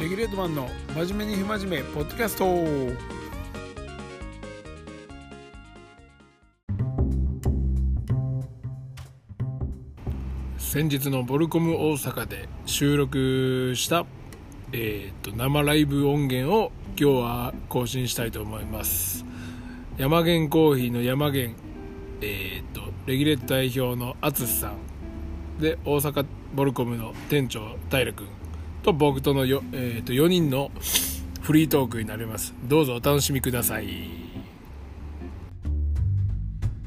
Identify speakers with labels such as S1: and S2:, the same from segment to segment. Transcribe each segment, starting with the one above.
S1: レギュレートマンの真面目に不真面目ポッドキャスト先日のボルコム大阪で収録した、えー、と生ライブ音源を今日は更新したいと思います山源コーヒーの山源えー、とレギュレット代表の淳さんで大阪ボルコムの店長平君と僕とのよ、えー、と4人のフリートークになりますどうぞお楽しみください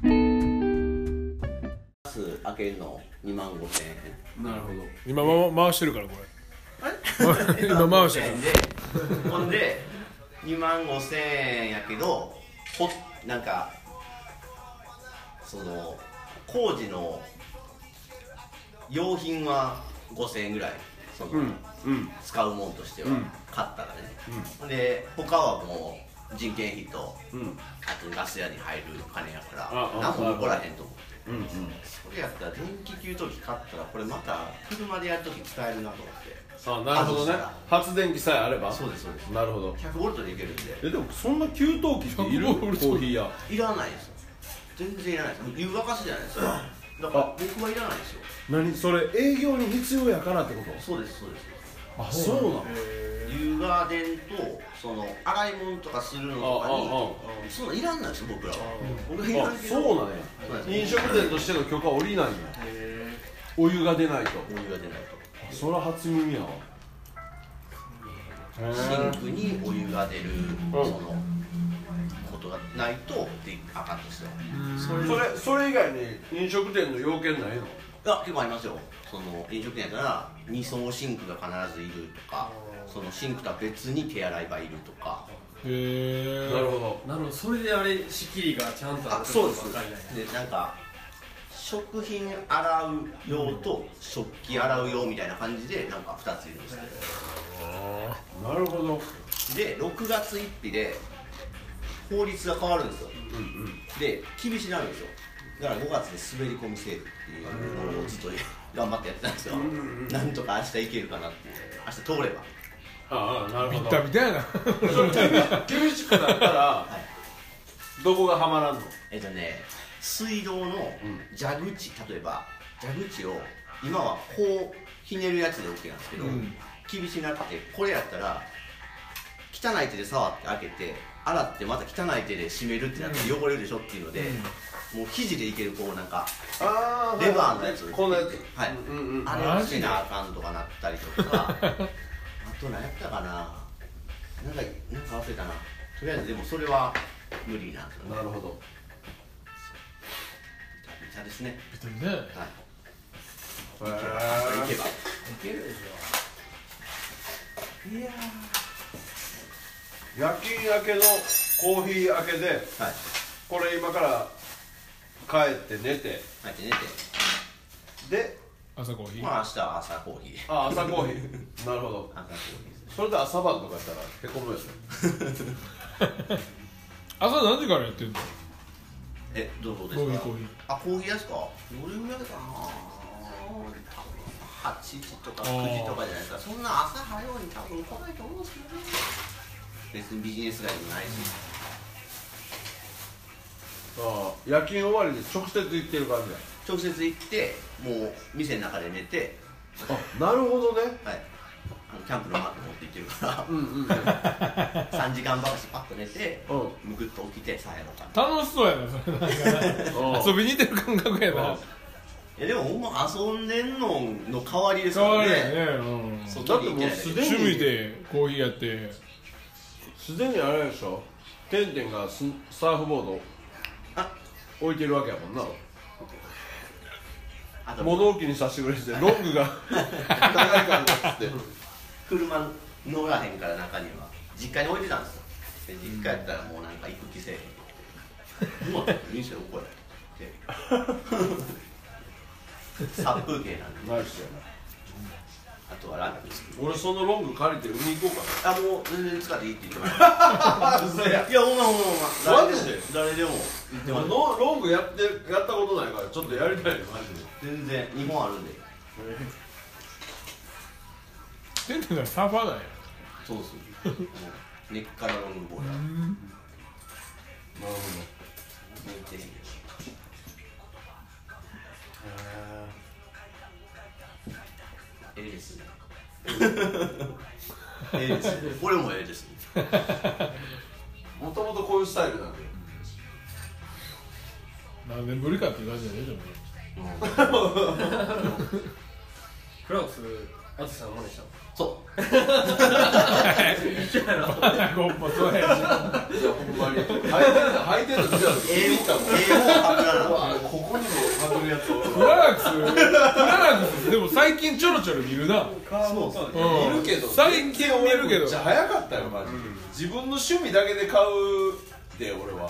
S2: ガス開けるの2万5千円
S1: なるほど今、ま、回してるからこれ今回してる
S2: でほんで2万5千円やけどほなんかその工事の用品は5千円ぐらいその、
S1: うん
S2: 使うもんとしては、買ったらね、ほん、で他はもう人件費と
S1: うん
S2: あとガス屋に入る金やから
S1: ああ
S2: 何も残らへんと思って
S1: うんうん
S2: それやったら電気給湯器買ったらこれまた車でやるとき使えるなと思って
S3: あなるほどね発電機さえあれば
S2: そうですそうです
S3: なるほど
S2: 100ボルトでいけるんで
S3: えでもそんな給湯器っている
S1: 100
S3: コ
S1: ボルト
S3: ーヒー屋
S2: いらないですよ全然いらないです湯沸かすじゃないですかだから僕はいらないですよ
S3: 何それ営業に必要やからってこ
S2: そうですそうです
S3: とあそうなの
S2: 湯が電とその洗い物とかするのとかに
S3: あああ
S2: そのいらんないですよ僕らは僕はいら
S3: あ
S2: んけど
S3: そうなんや
S2: そうなんで
S3: 飲
S2: す
S3: 食店としての許可下りないんやお湯が出ないと
S2: お湯が出ない
S3: そら初耳やわ
S2: とシンクにお湯が出るそのことがないとであかんですよ
S3: それそれ以外に飲食店の要件ないの
S2: いや結構ありますよその飲食店やったら2層シンクが必ずいるとかそのシンクとは別に手洗い場いるとか
S1: へえ
S3: なるほど
S4: なるほどそれであれ仕切りがちゃんと
S2: あ
S4: る
S2: そうです
S4: わかんない
S2: でなんか食品洗う用と食器洗う用みたいな感じでなんか2ついるんです
S3: なるほど
S2: けどで6月1日で法律が変わるんですよ、で厳しくなるんですよだから5月で滑り込み制度っていうのをずっと頑張ってやってたんですよ、なんとか明日行けるかなっていう明日通れば
S3: ああなる
S1: ビ
S3: ほ
S1: ッタビタやな
S3: ど厳しくなったら どこがハマらんの
S2: えっとね水道の蛇口、例えば蛇口を今はこうひねるやつで OK なんですけど、厳しいなってこれやったら汚い手で触って開けて洗ってまた汚い手で閉めるってなって汚れるでしょっていうので、もう肘でいけるこうなんか
S3: あ
S2: レバーのやつ
S3: こんなやつ
S2: はい
S3: うんうんうん
S2: あれをしなあかんとかなったりとかあと何やったかななんかなんか忘れたなとりあえずでもそれは無理なんですよね
S3: なるほど
S2: びちゃですね
S1: ビタビタやね
S2: はい
S3: へ
S2: 行
S3: え
S2: けば
S3: 夜勤明けのコーヒー明けで
S2: はい
S3: これ今から帰って寝て
S2: 入って寝て
S3: で
S1: 朝コーヒー
S2: まあ明日は朝コーヒー
S3: あ朝コーヒー なるほど
S2: 朝コーヒ
S3: それで朝晩とかやったらへこむよね
S1: 朝何時からやってんの
S2: ーですえどうぞです
S1: コー
S2: か
S1: ヒーコーヒー
S2: あコーヒーですかどれぐらいかな8時とか
S1: あー
S2: 9時とかじゃないですかそんな朝早うに多分来ないと思うんですけどね別にビジネス街でもないし
S3: ああ夜勤終わりで直接行ってる感じや
S2: 直接行ってもう店の中で寝て
S3: あなるほどね
S2: はいあのキャンプのマーク持って行ってるか
S3: うんうんうんう
S2: ら3時間ばかしパッと寝て
S3: ん
S2: むくっと起きてさやろうかな
S1: 楽しそうやなそれなんか遊びに行ってる感覚やない
S2: やでもほんま遊んでんのの代わりです
S1: 変
S2: か
S1: わ
S2: ら
S1: る
S2: ね
S1: やね、うん、
S2: そう
S3: だってもうすでに
S1: 趣味でコーヒーやって
S3: すでにあれでしょてんてんがスサーフボード
S2: あ
S3: 置いてるわけやもんな
S2: あと
S3: 物置にさせてくれてロングが長いからだっつって
S2: 車乗らへんから中には実家に置いてたんですよで実家やったらもうなんか行く気せえへんもう店どこや って殺風景なんで
S3: ナイスやな
S2: あとはランチ
S3: 俺そのロング借りて海行こう
S2: あもう全然使っていいっ て言ってました
S3: かな嘘や
S2: いやほんまほんまほんま
S3: マジで
S2: 誰でも
S3: でもノロングやってやったことないからちょっとやりたいよマジで
S2: 全然日本あるんで
S1: てんてんがサーファーなんや
S2: そうです よもう根っからロングボールは
S3: なるほ
S2: 向いてるんですええですねええですねこれもええですね
S3: どもともとこういうスタイルなんで
S1: 何年ぶりかっていう感じだねでもね
S4: フランス、あつさん真似したの
S2: そう
S1: ごっぱそうや
S3: いやほんまに履いてんの履いてんの見た時
S2: 英
S3: ビビ
S2: 語
S3: ったもん
S2: 英語をパクらな
S3: うわここにもハるやつおる
S1: フララックスフララックスでも最近ちょろちょろ見るな
S2: そうそう
S1: うん
S3: 見るけど
S1: 最近見るけど
S3: めっちゃ早かったよマジで、自分の趣味だけで買うで俺は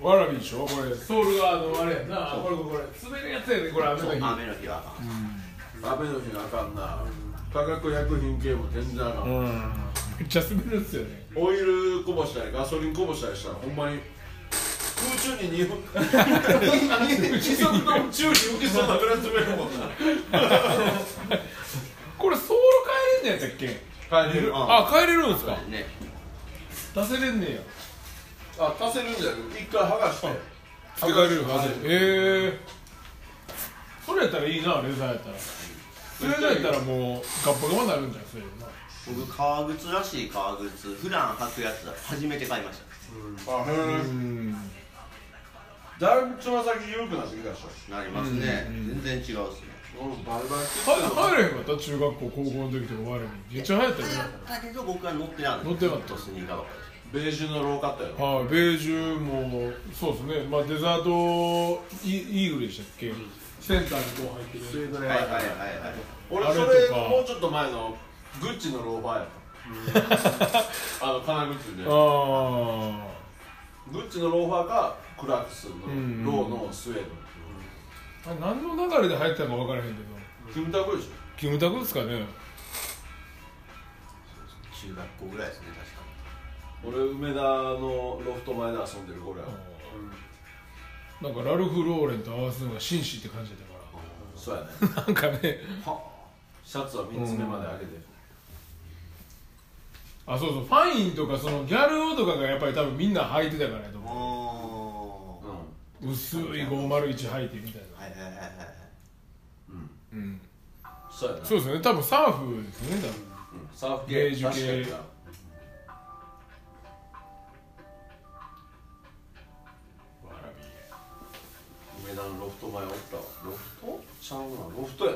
S1: わらびでしょこれソールがあのあれやなこれこれこれ滑るやつやねこれ雨の日
S2: 雨の日は
S3: 雨の日があかんな化学薬品系も全然あかん、
S1: うんめっちゃ滑るっすよね
S3: オイルこぼしたりガソリンこぼしたりしたらほんまに空中に日本二足とも宙に浮きそうなぐらい滑るもんな
S1: これソール変えれんのやったっけ
S3: 帰れるあ
S1: あ変えれるんですか
S2: ね
S1: 出せれんねんや
S3: あ足せるんじゃなくて一回剥がして
S1: 付け替えれるはず
S3: はい
S1: ええそれやったらいいなレザーやったらそれやったらもうガッパガバになるんじゃんそれよな
S2: 僕革靴らしい革靴普段履くやつだ初めて買いました
S3: あへ
S1: う
S3: え
S1: ん
S3: だいぶつま先緩くなってきたでしょ
S2: なりますね、全然違うっすね
S3: 俺バリバリしてる
S1: 入れへんかった中学校高校の時とかわらびめっちゃ流行ったよね
S2: だけど僕は乗ってなかった
S1: 乗ってなかった
S2: スニーカーばっか
S3: ベージュのローカットやろ
S1: はい、ベージュもそうですね、まあ、デザートイイーグルでしたっけ、センターにこう入ってる
S2: りはいはいはいはい
S3: 俺
S1: あれ
S3: そ
S1: と
S3: れ
S1: か
S3: もうちょっと前のグッチのローファーやったあの金靴で
S1: あ
S3: グッチのローファーかクラックスの
S1: ん
S3: ローのスウェー
S1: ーあ何の流れで入ったのか分からへんけど
S3: ドキムタクでしょ
S1: キムタクですかね
S2: 中学校ぐらいですね確か
S3: 俺梅田のロフト前で遊んでる頃や
S1: なんかラルフ・ローレンと合わすのが紳士って感じだったか
S3: そうやね
S1: ら なんかね
S3: シャツは3つ目まで上げて
S1: あそうそうファインとかそのギャル男とかがやっぱり多分みんな履いてたからやと
S2: に
S1: 思
S2: おー
S3: う
S1: う薄い501履いてみたいな
S2: はいはいはいはいはい
S1: うん
S3: んそうやな
S1: そうですね多分サーフですね多分
S3: うんサーフ
S1: ベ
S3: 系
S1: ージュ
S3: 確
S1: 系
S3: かにな
S1: わらび
S3: 梅田のロフト前おったわロフトちゃうなロフトや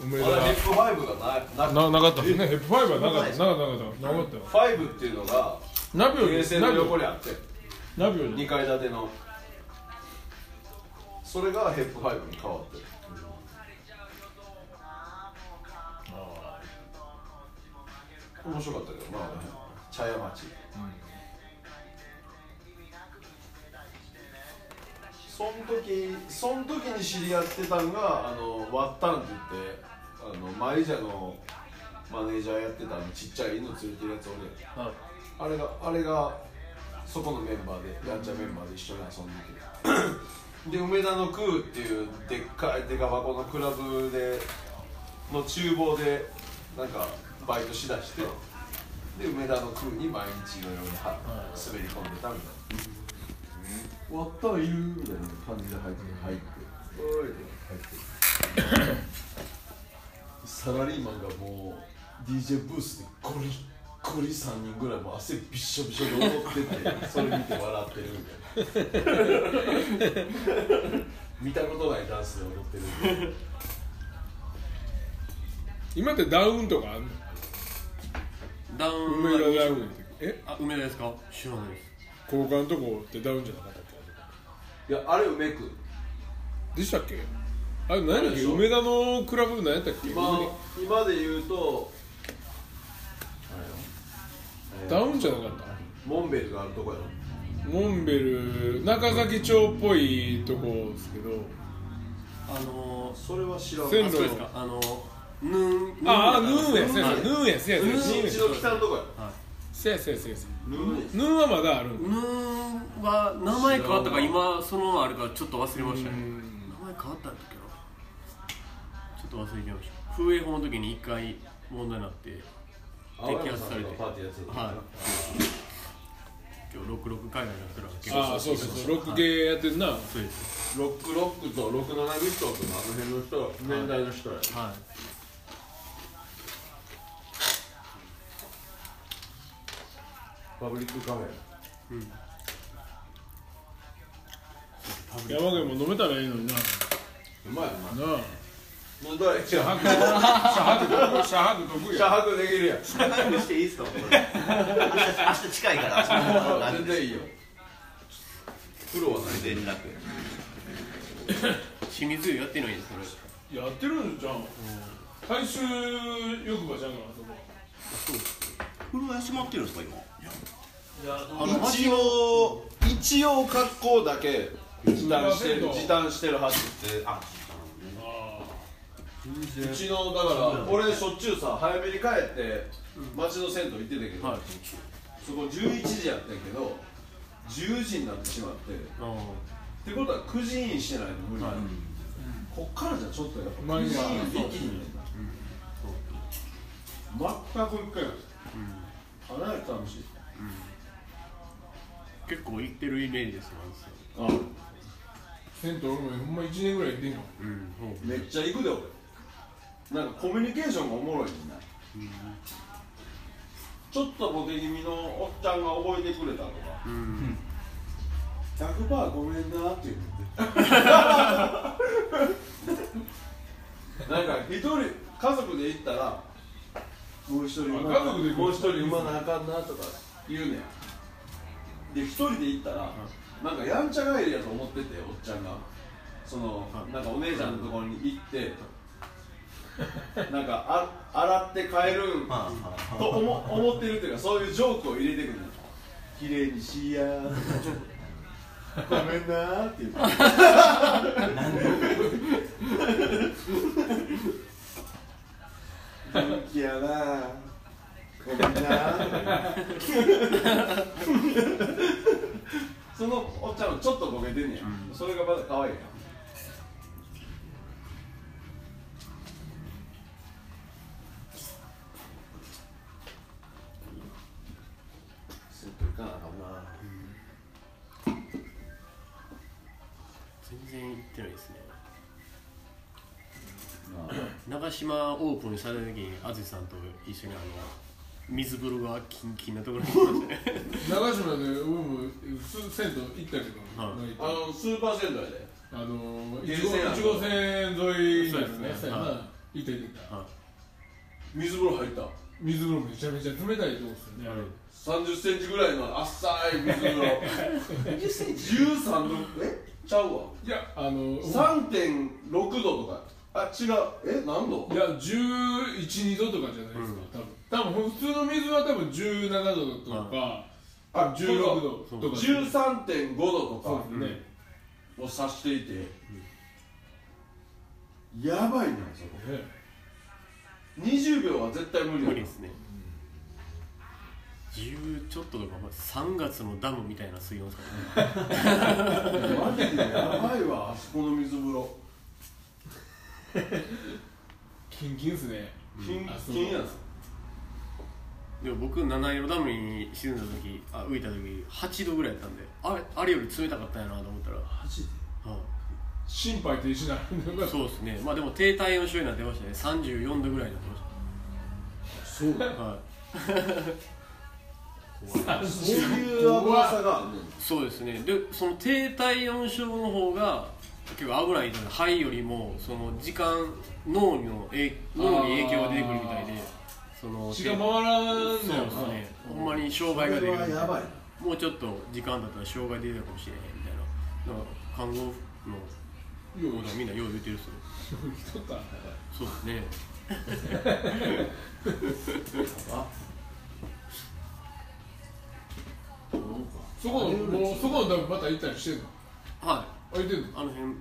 S1: 梅
S3: あれヘ
S1: 田
S3: ップファイブがないな
S1: ななかったですねヘップファイブはなかったなかったなかったなかったよ
S3: ファイブっていうのが
S1: ナビオ
S3: 平成の
S1: ナビ
S3: 横
S1: オ
S3: にあって
S1: ナビオ
S3: 2
S1: に
S3: 階建てのそれがヘップファイブに変わってる面白かったけどな茶屋町そん時そん時に知り合ってたんがあのワッタンって言ってあのマイジャのマネージャーやってたあのちっちゃい犬連れてるやつおるやん
S4: あ
S3: あれがあれがそこのメンバーでやんちゃメンバーで一緒に遊んで てで梅田のクーっていうでっかいデカ箱のクラブでの厨房でなんかバイトしだしてで梅田のクーに毎日のようには滑り込んでたみたいな「終わったら言う」みたいな感じで入って入って「おい」って入ってサラリーマンがもう DJ ブースでゴリッゴリ3人ぐらいもう汗びっしょびしょで踊っててそれ見て笑ってるみたいな見たことないダンスで踊ってるみたいな
S1: 今ってダウンとかあんの
S4: ダウン
S1: 梅田ダウンの時え
S4: あ、梅田ですか知らないです
S1: 高架のとこってダウンじゃなかったっけ
S3: いやあれ梅区
S1: でしたっけあれ何やったっけ
S3: そう
S1: 梅田のクラブ何やったっけ
S3: 今今で言うと
S1: ダウンじゃなかっ
S3: モンベルがあるとこやろ
S1: たモンベル中崎町っぽいとこですけど
S4: あのー
S3: それは知らん
S1: 線
S4: あ
S1: 路
S4: そうですかあのーヌーン
S1: ああヌーンや
S4: ヌー
S1: せ
S4: ン
S1: や
S4: は
S1: せやヌーンやせやせやせ
S3: 新
S1: や
S3: 一の北のとこや
S1: せやせやせやせや
S3: ヌー
S1: ヌーンはまだあるん
S4: ヌーンは名前変わったか今そのままあるかちょっと忘れましたね名前変わったんだっけどちょっと忘れちゃいました
S5: 風営法の時に一回問題になって摘発されて
S3: パーティーやってた
S5: はい今日六六海外の人らが結
S1: ああそうそうそうロック系やってんな
S5: そうです
S3: ロックロックと67ビットとのあの辺の人年代の人や
S5: は
S3: パブリックカフェ
S1: 山毛も飲めたらいいのになな
S3: うまいう
S1: あ
S3: まい飲んだら シャハ
S1: シャハクシャハク得
S3: ク
S1: 意
S3: シャ
S1: や
S3: ハクできる やん
S2: にしていいっすかこれ明日明日近いから
S3: 全然いいよプロはない
S2: 全然楽
S5: い清水湯やってないんですそれ
S1: やってるんじゃん大衆浴場じゃんかなそこ
S2: 風呂休まってるんですか今
S5: あの
S3: 一応一応格好だけ時短してる時短してるはずってあうちのだから俺しょっちゅうさ早めに帰って町の銭湯行ってたけど、
S5: はい
S3: そこ11時やったんやけど10時になってしまってっ
S5: あの
S3: てことは9時インしてないと無理、
S5: はい
S3: こっからじゃちょっとやっぱ
S1: 前
S3: 9
S1: に
S3: 時
S1: は
S3: インできんねん全く一回やんかなり楽しい
S5: 結構行ってるイメージですなんですよ
S3: あ
S1: 銭湯俺もほんま1年ぐらい行ってんの
S5: うんそう
S3: めっちゃ行くで俺なんかコミュニケーションがおもろいねんな、ちょっとボケ気味のおっちゃんが覚えてくれたとか、100%ご めんなって言ってなんか一人家族で行ったらもう一人産まな
S1: あ家族で行く
S3: もう一人産まなあかんなとか言うねんで一人で行ったら、なんかやんちゃ帰りやと思ってておっちゃんがその、なんかお姉ちゃんのところに行って、なんかあ洗って帰るん
S2: まあ
S3: と思思ってるっていうかそういうジョークを入れてくるの綺麗にしいやー ごめんなーって言って何元気やなーごめんなーってそのおっちゃんはちょっとボケてんねや、それがまだ可愛いやんそっといかなあかんな
S5: 全然行ってないですね長島オープンした時に淳さんと一緒にあの水風呂がキンキンなところに行きましたね
S1: 長島で俺も普通銭湯行ったけど、
S5: はい
S1: なんか
S3: あのスーパー銭湯やで
S1: あの
S3: ゲ
S1: い
S3: ー
S1: ちご
S3: センやろ
S1: いちご線沿いですね
S5: そうです
S1: そう
S5: ね
S1: や
S5: は
S1: な行った行った
S5: は
S3: 水風呂入った
S1: 水風呂めちゃめちゃ冷たいとこっすよね
S5: い、
S3: 30センチぐらいの浅い水風呂30センチ13度えちゃうわ
S1: いやあの
S3: 3.6度とかあ違うえ何度
S1: いや112度とかじゃないですか、多分多分普通の水は多分17度とか、
S3: あ
S1: 16度
S5: そう
S1: とか
S3: 13.5度と
S1: そ
S3: か
S1: うですね、
S3: を指していて、やばいなそこ
S1: ね
S3: 20秒は絶対無理
S5: 無
S3: だ
S5: 理ですね10ちょっととかまあ3月のダムみたいな水温ですからね
S3: マジでやばい わあそこの水風呂
S1: キンキンっすね
S3: キン
S1: あそう
S3: キンやん
S5: でも僕七色ダムに沈んだ時あ浮いた時8度ぐらいやったんであれあれより冷たかったんやなと思ったら、は
S3: マジで
S1: 心肺停止な
S5: い、そうですねまあでも低体温症になってましたね34度ぐらいになってまし
S3: そう
S5: た、はい、
S3: そういう危な さがあんねん
S5: そうですねでその低体温症の方が結構危ないというか肺よりもその時間脳にのえ脳に影響が出てくるみたいでその
S1: 血が回らんの
S5: そう
S1: よ
S5: です
S1: な
S5: ねほんまに障害が
S3: こ
S5: 出
S3: れ
S5: る
S3: はやばい
S5: もうちょっと時間だったら障害出てるかもしれへんみたいなだから看護婦の
S1: よう
S5: 方がみんなよう言ってるっすよ
S1: 生きとった
S5: そうですね
S3: あそうか
S1: そこのもうそこの多分また行ったりしてんの
S5: は
S1: あ
S5: い
S1: 行ってんの
S5: あの辺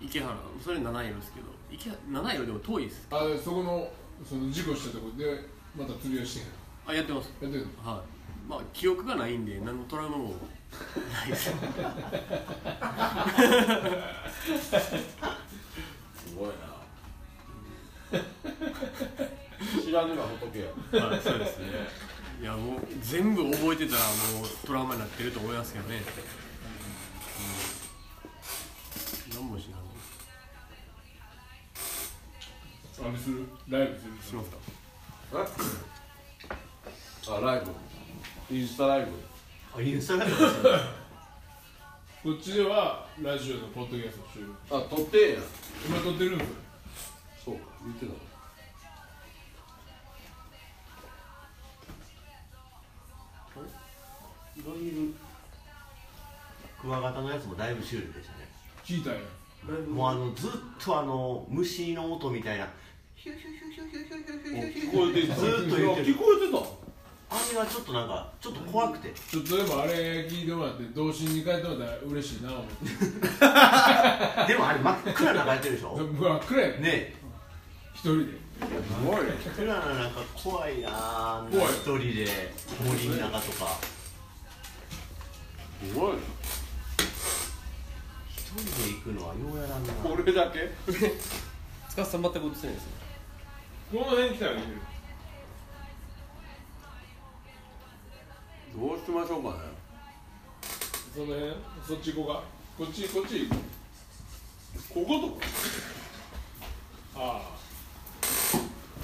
S5: 池原それ七色ですけど池原七色でも遠いです
S1: あそこのその事故したとこでまた釣りをしてんの
S5: あやってます
S1: やってんの
S5: はいまあ記憶がないんで何のトラウマもないです
S3: すごいならぬが仏や
S5: はい、そうですねいやもう全部覚えてたらもうトラウマになってると思いますけどね、うん、何もしない
S1: あれするライブする
S5: しますか
S3: あライブインスタライブ
S2: あインスタライブ
S1: こっちではラジオのポッドキャスト収録
S3: あ撮ってんや
S1: 今撮ってるんですよ
S3: そうか言ってた
S2: いろいろクワガタのやつもだいぶシュールでしたね
S1: 聞いたんや
S2: もうあのずっとあの虫の音みたいなヒュヒュヒュヒュヒュヒュヒュヒュヒュヒュ
S3: 聞こえてきた
S2: ずーっと言ってる
S3: いや聞こえてた
S2: あれはちょっとなんかちょっと怖くて
S1: ちょっとでもあれ聞いてもらって童心に帰ってもらったら嬉しいな思って
S2: でもあれ真っ暗な中やってるでしょ
S1: うわ暗いね
S2: ね
S1: 一人で
S2: え暗な中怖いなあ
S1: 怖い
S2: 一人で森の中とか
S3: すごい
S2: 一人で行くのはようやらんな
S3: 俺だけ
S5: 塚さん全く映ってないですね
S1: この辺来たらいける
S3: どうしましょうかね
S1: その辺そっち行こうかこっちこっち行こ
S3: こことか
S1: うああ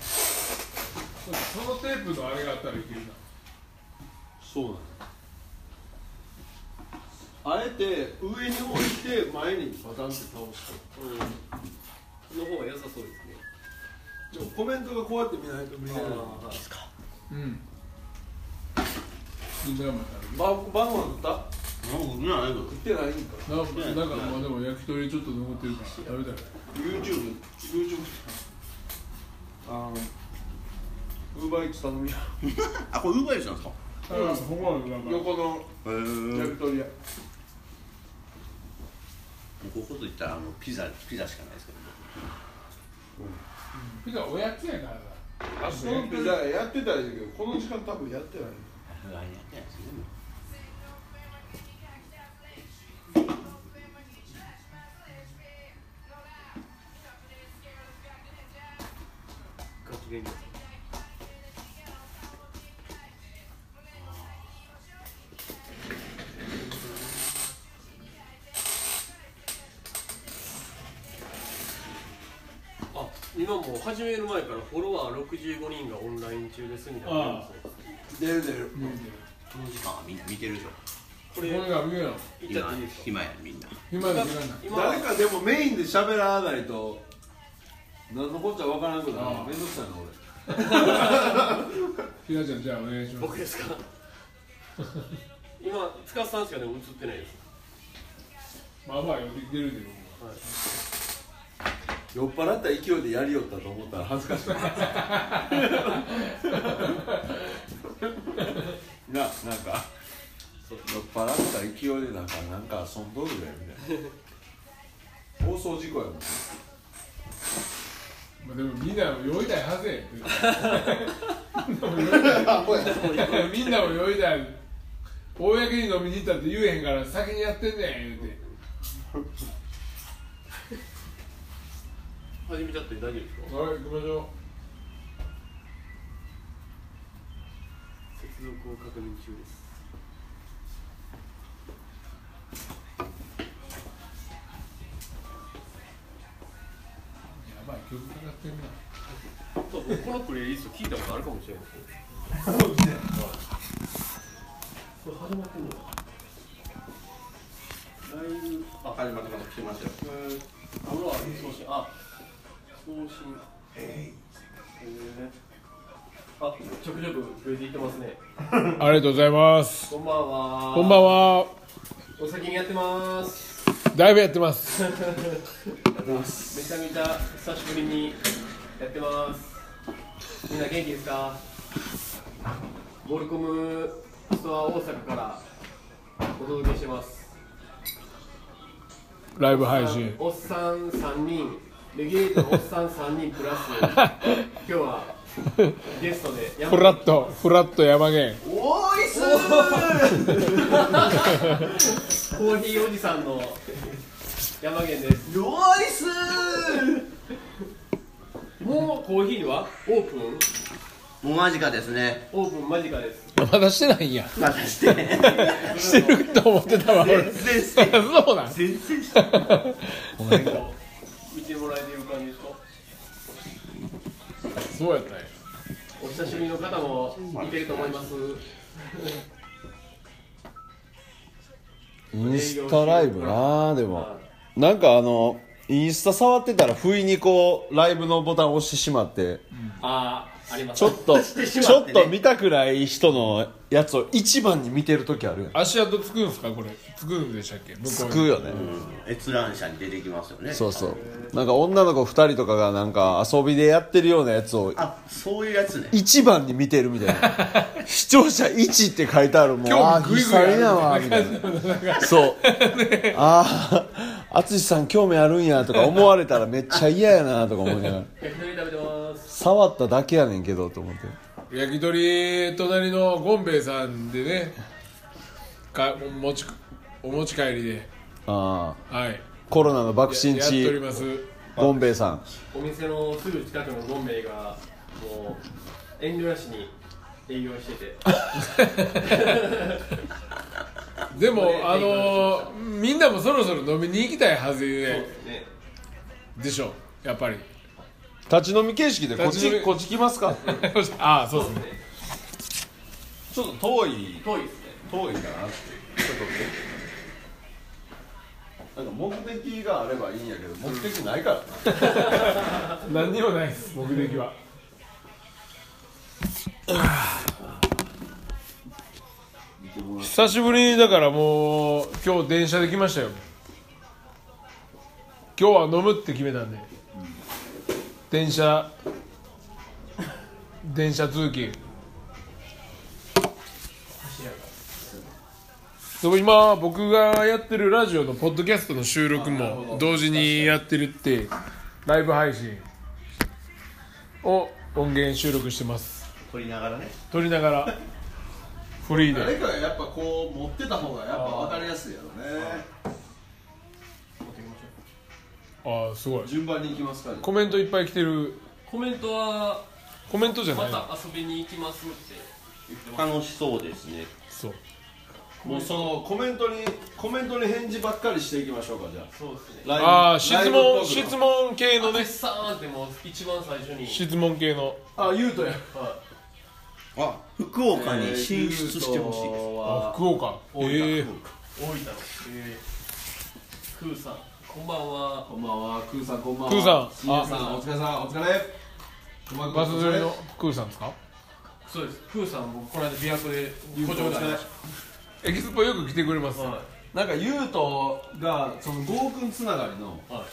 S1: そうだそのテープのあれがあったらいけるな
S3: そうなのあえて上に置いて前にバタンって倒して
S5: の方が良さそうですね
S3: でもコメントがこうやって見ないと見れない
S1: うんみんながまた
S3: 晩晩ご飯だっ
S2: もうなんか
S3: た食ってないんか
S1: ななんかまあでも焼き鳥ちょっと残ってるから食べたら
S3: YouTubeYouTube あのウーバーイーツ頼みや
S2: あこれウーバーイーツなんですか
S1: あほんまになんか
S3: 横の
S2: へえ
S3: 焼き鳥屋
S2: ここと言ったらあのピザピザしかないですけど
S1: ピザおやつやからさ
S3: あそこのピザ屋やってたらいいけどこの時間多分やってない
S2: 来年やってないですね
S5: ガチ元気あ今もう始める前からフォロワー65人がオンライン中ですみたいなのがあるんですよ
S3: 出る出る
S1: 見て
S2: この時間はみんな見てるでしょ
S5: こ
S1: るこれ
S5: れ
S1: が見えな
S5: 行っちゃっていいですか
S2: 暇やみんな
S1: 今の時間ない
S5: 今
S3: 誰かでもメインで喋らないと何のこっちゃ分からなくな
S1: ああ
S3: るめんどくさいな俺
S1: ひなちゃんじゃあお願いします
S5: 僕ですか今塚さんしかでも映ってないです
S1: まあまあ呼び出るで僕は
S5: はい
S3: 酔っ払った勢いでやりよったと思ったら恥ずかしいななんか酔っ払った勢いでなんかなんか遊んどるやみたいな放送事故やもん
S1: まあでもみんなも酔いたいはずやんみんなも酔いたい公に飲みに行ったって言えへんから先にやってんねん言うて
S5: 始めちゃって大丈夫ですか
S1: はい行きましょ
S5: 接続を確認中です
S1: うやばい曲かかってんな
S5: このプレイリスト聞いたことあるかもしれないですね。そうですね。これ始まってんのか。ライブ、あ、
S2: 始まったから来てますよ
S5: えー、フォロワー送信、あ、送信。ええー。あ、ちょくちょく増えていってますね。
S1: ありがとうございます
S5: こんばんは。
S1: こんば
S5: は。
S1: んは
S5: お先にやってます。
S1: だいぶやってます
S5: めちゃめちゃ久しぶりにやってますみんな元気ですかボルコムストア大阪からお届けしてます
S1: ライブ配信
S5: おっさん3人レゲエイトのおっさん3人プラス今日はゲストで
S1: フラットフラット山源
S2: おーいすー
S5: コーヒーおじさんの山源です
S2: おーいすー
S5: もうコーヒーはオープン
S2: もう間近ですね
S5: オープン間近です
S1: まだしてないんや
S2: またして
S1: してると思ってたわ俺
S2: 全然してない
S1: そうなん
S2: 全然してない
S5: 見てもらえている感じですか
S1: そうやったんや
S5: お久しぶりの方もいてると思います
S3: インスタライブなでもなんかあのインスタ触ってたら不意にこうライブのボタンを押してしまって
S5: あーあります
S3: ちょっと、
S2: してし
S3: ち
S2: ま
S3: ょ
S2: っ
S3: って
S2: ね
S3: と見たくない人のやつを一番に見てる時あるやん
S1: 足跡つくんすかこれつくんでしたっけ向こうに
S3: つくよね、
S2: うん閲覧者に出てきますよね
S3: そうそうなんか女の子2人とかがなんか遊びでやってるようなやつを
S2: あそういうやつね
S3: 一番に見てるみたいな視聴者1って書いてあるもうあ
S1: 今
S3: あ
S1: 日
S3: ー
S1: グ
S3: 悲
S1: イグイやる
S3: 惨やわみたいなそうああ淳さん興味あるんやとか思われたらめっちゃ嫌やなとか思いながら
S5: 焼き鳥食べてます
S3: 触っただけやねんけどと思って
S1: 焼き鳥隣のゴンベイさんでねかお持ちお持ち帰りで
S3: ああ
S1: はい
S3: コロナの爆心
S1: ややっており
S3: 地
S1: ます
S3: ゴンベイさん
S5: お店のすぐ近くのゴンベイがもう遠慮なしに営業して て
S1: でもあのーみんなもそろそろ飲みに行きたいはずで
S5: ね
S1: でしょやっぱり
S3: 立ち飲み形式でこっ
S1: 立ち飲み
S3: ちこっち来ま すか
S1: ああそうですね
S6: ちょっと遠い
S5: 遠いですね
S6: 遠いかなってちょっとねなんか目的があればいいんやけど目的ないから、
S1: 何にもないです目的は久しぶりにだからもう今日電車で来ましたよ今日は飲むって決めたんで、電車電車通勤でも今僕がやってるラジオのポッドキャストの収録も同時にやってるってライブ配信を音源収録してます
S2: 撮りながらね
S1: 撮りながらフリーで
S6: 誰かがやっぱこう持ってた方がやっぱ分かりやすいやろね
S1: ああすごい
S6: 順番に行きますからね
S1: コメントいっぱい来てる
S5: コメントは
S1: コメントじゃな
S5: ま
S1: い
S5: た遊びに行きますって言ってます
S2: 楽しそうですね
S1: そう
S6: もうそのコメントにコメントに返事ばっかりしていきましょうかじゃ
S5: そうですね
S6: あライブ
S1: ああ質
S6: ライブトーク
S1: 問
S6: の
S1: 質問系の
S5: アレ
S1: ね
S5: スさんってもう一番最初に
S1: 質問系の
S6: あゆうとや
S5: は
S2: あ福岡に進出してほしいです
S1: あ福岡ええー、
S5: い大分のえークーさんこんばんは
S6: こんばんはクーさんこんばんは
S1: クーさん
S6: シーヤさんお疲れさんお疲れトマ
S1: バス釣り
S6: お
S1: の
S6: 疲
S1: クーさんですか
S5: そうですクーさん僕この間琵琶湖で
S6: れ
S5: 誇張で会いまし
S1: エキスポよく来てくれます
S5: たはい
S6: なんかゆうとがその合君つながりの
S5: はい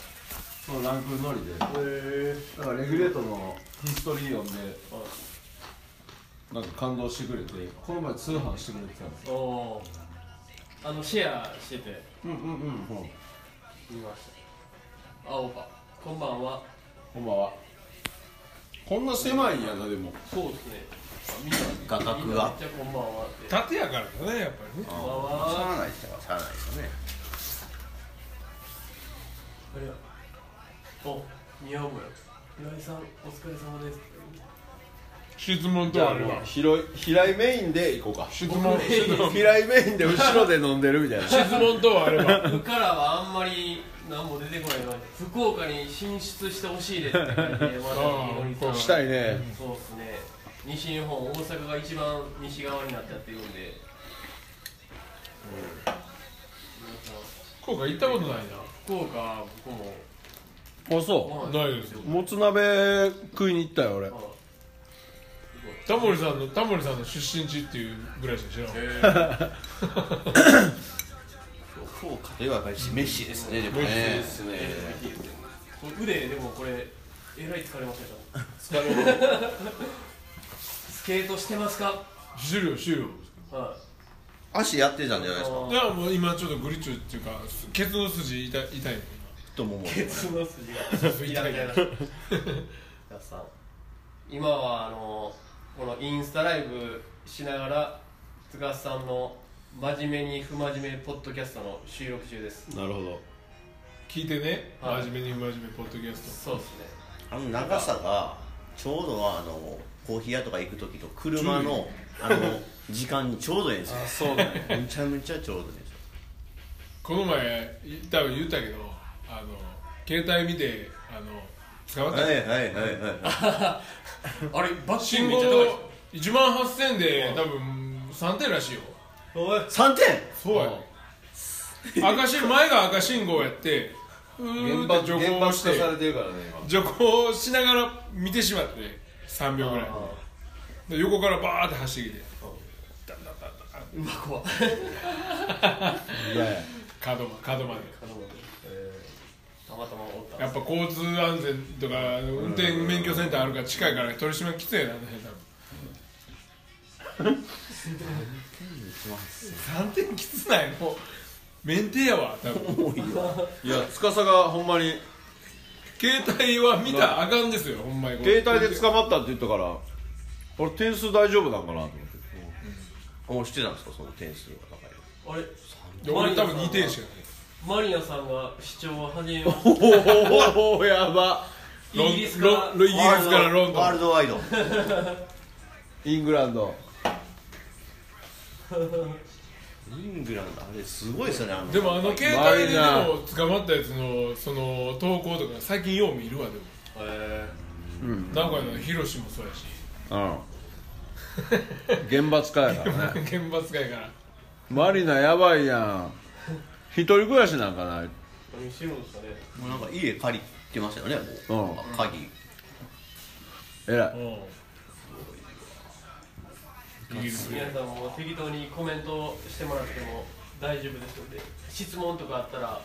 S6: そのランクノリでだか
S5: へえ
S6: らレグレートのヒストリー音でなんか感動してくれてこの前通販してくれてたんですよ
S5: おおーあのシェアしてて
S6: うんうんうんうん
S5: 見ました青葉こんばんは
S6: こんばんはこんな狭いんやなでも
S5: そうですねみんな
S2: 画
S5: みん
S2: 角
S5: なめっ
S2: が
S5: ちゃこんばんはって
S1: 縦やからだねやっぱりね
S5: こんばん
S2: し
S5: は
S2: ゃあないですよしゃあないですよね
S5: あれやお似合うもや岩井さんお疲れ様です
S1: 質問
S6: じ
S1: と
S6: ゃあ
S1: あれは
S3: 広い平井メインで行こ うか
S1: 質問
S3: 平井メインで後ろで飲んでるみたいな
S1: 質問とはあれば
S5: 僕からはあんまり何も出てこないのに福岡に進出してほしいですって書いてまだ森さん
S3: したいね
S5: そうですね西日本大阪が一番西側になっちゃってるんで、
S1: 福岡行ったことない
S5: 福岡ここも
S3: あそ
S5: ご飯
S1: なないですよ
S3: うもつ鍋食いに行ったよ俺
S5: あ
S1: タモリさんのタモリさんの出身地っていうぐらいしか知らない
S2: 福岡といえばやっぱり飯ですねでもね
S6: すね
S5: これ腕でもこれえらい疲れましたよ
S1: 疲れる
S5: スケートしてますか
S1: 終了終了
S5: は
S2: 足やってたんじゃない
S5: い
S2: ですか
S1: いやもう今ちょっとグリッチュっていうかケツの筋痛い痛い
S2: 太もも
S5: ケツの筋が痛いなやさん今はあのこのインスタライブしながら塚さんの真面目に不真面目ポッドキャストの収録中です
S3: なるほど
S1: 聞いてね、
S5: はい
S1: 真面目に不真面目ポッドキャス
S5: そうですね
S1: ト
S2: あの長さがちょうどあのコーヒー屋とか行く時と車のあの時間にちょうどいいんですよ
S3: そうだね
S2: めちゃめちゃちょうどいいんですよ
S1: この前多分言ったけどあの携帯見てあの捕まった、
S2: はいはいはいは
S5: あれバッテリー
S1: 信
S5: め
S1: 号
S5: っちゃ高い
S1: 1万8000で多分3点らしいよ
S2: い3点
S1: そうや赤信前が赤信号やってうー
S3: 原
S1: って
S3: 発
S1: 徐
S3: 原
S1: 行
S3: 発
S1: し
S3: 化され
S1: て
S3: てるからね
S1: 徐行しながら見てしまって3秒ぐらいで横からバーって走ってきて
S5: うわ怖い
S1: 角ま角まで
S5: たまたまおった
S1: やっぱ交通安全とか運転免許センターあるから近いから取り締まりきついなあの辺多分3点きつないもう免停やわ多分
S3: 今いや司がほんまに
S1: 携帯は見たらあかんですよほんまにこれ
S7: 携帯で捕まったって言ったから俺点数大丈夫なんかなと思って
S2: お知ってたんですかその点数が高いの
S5: あれ
S1: で俺多分2点しか
S5: マリナさんが視聴を始めま し
S7: おおやば
S5: た
S1: ない
S5: イギリスか
S1: ロン
S5: ら
S1: ロンイギリスからロンド
S2: ワー
S1: ン
S2: ルドワイド
S7: イングランド
S2: イングランドあれすごいですよねあの
S1: でもあの携帯ででも捕まったやつのその投稿とか最近よう見るわでも
S5: へ
S1: 名古屋のヒロシもそうやし
S7: うん現場使えからね
S1: 原発界から
S7: マリナやばいやん一人暮らしなんかな
S5: え何してるんですかね
S2: もうなんか家借りてましたよねもう、
S7: う
S2: 鍵
S7: えら
S1: う
S7: い
S1: んイギリス
S5: 皆さんも適当にコメントしてもらっても大丈夫ですので質問とかあったら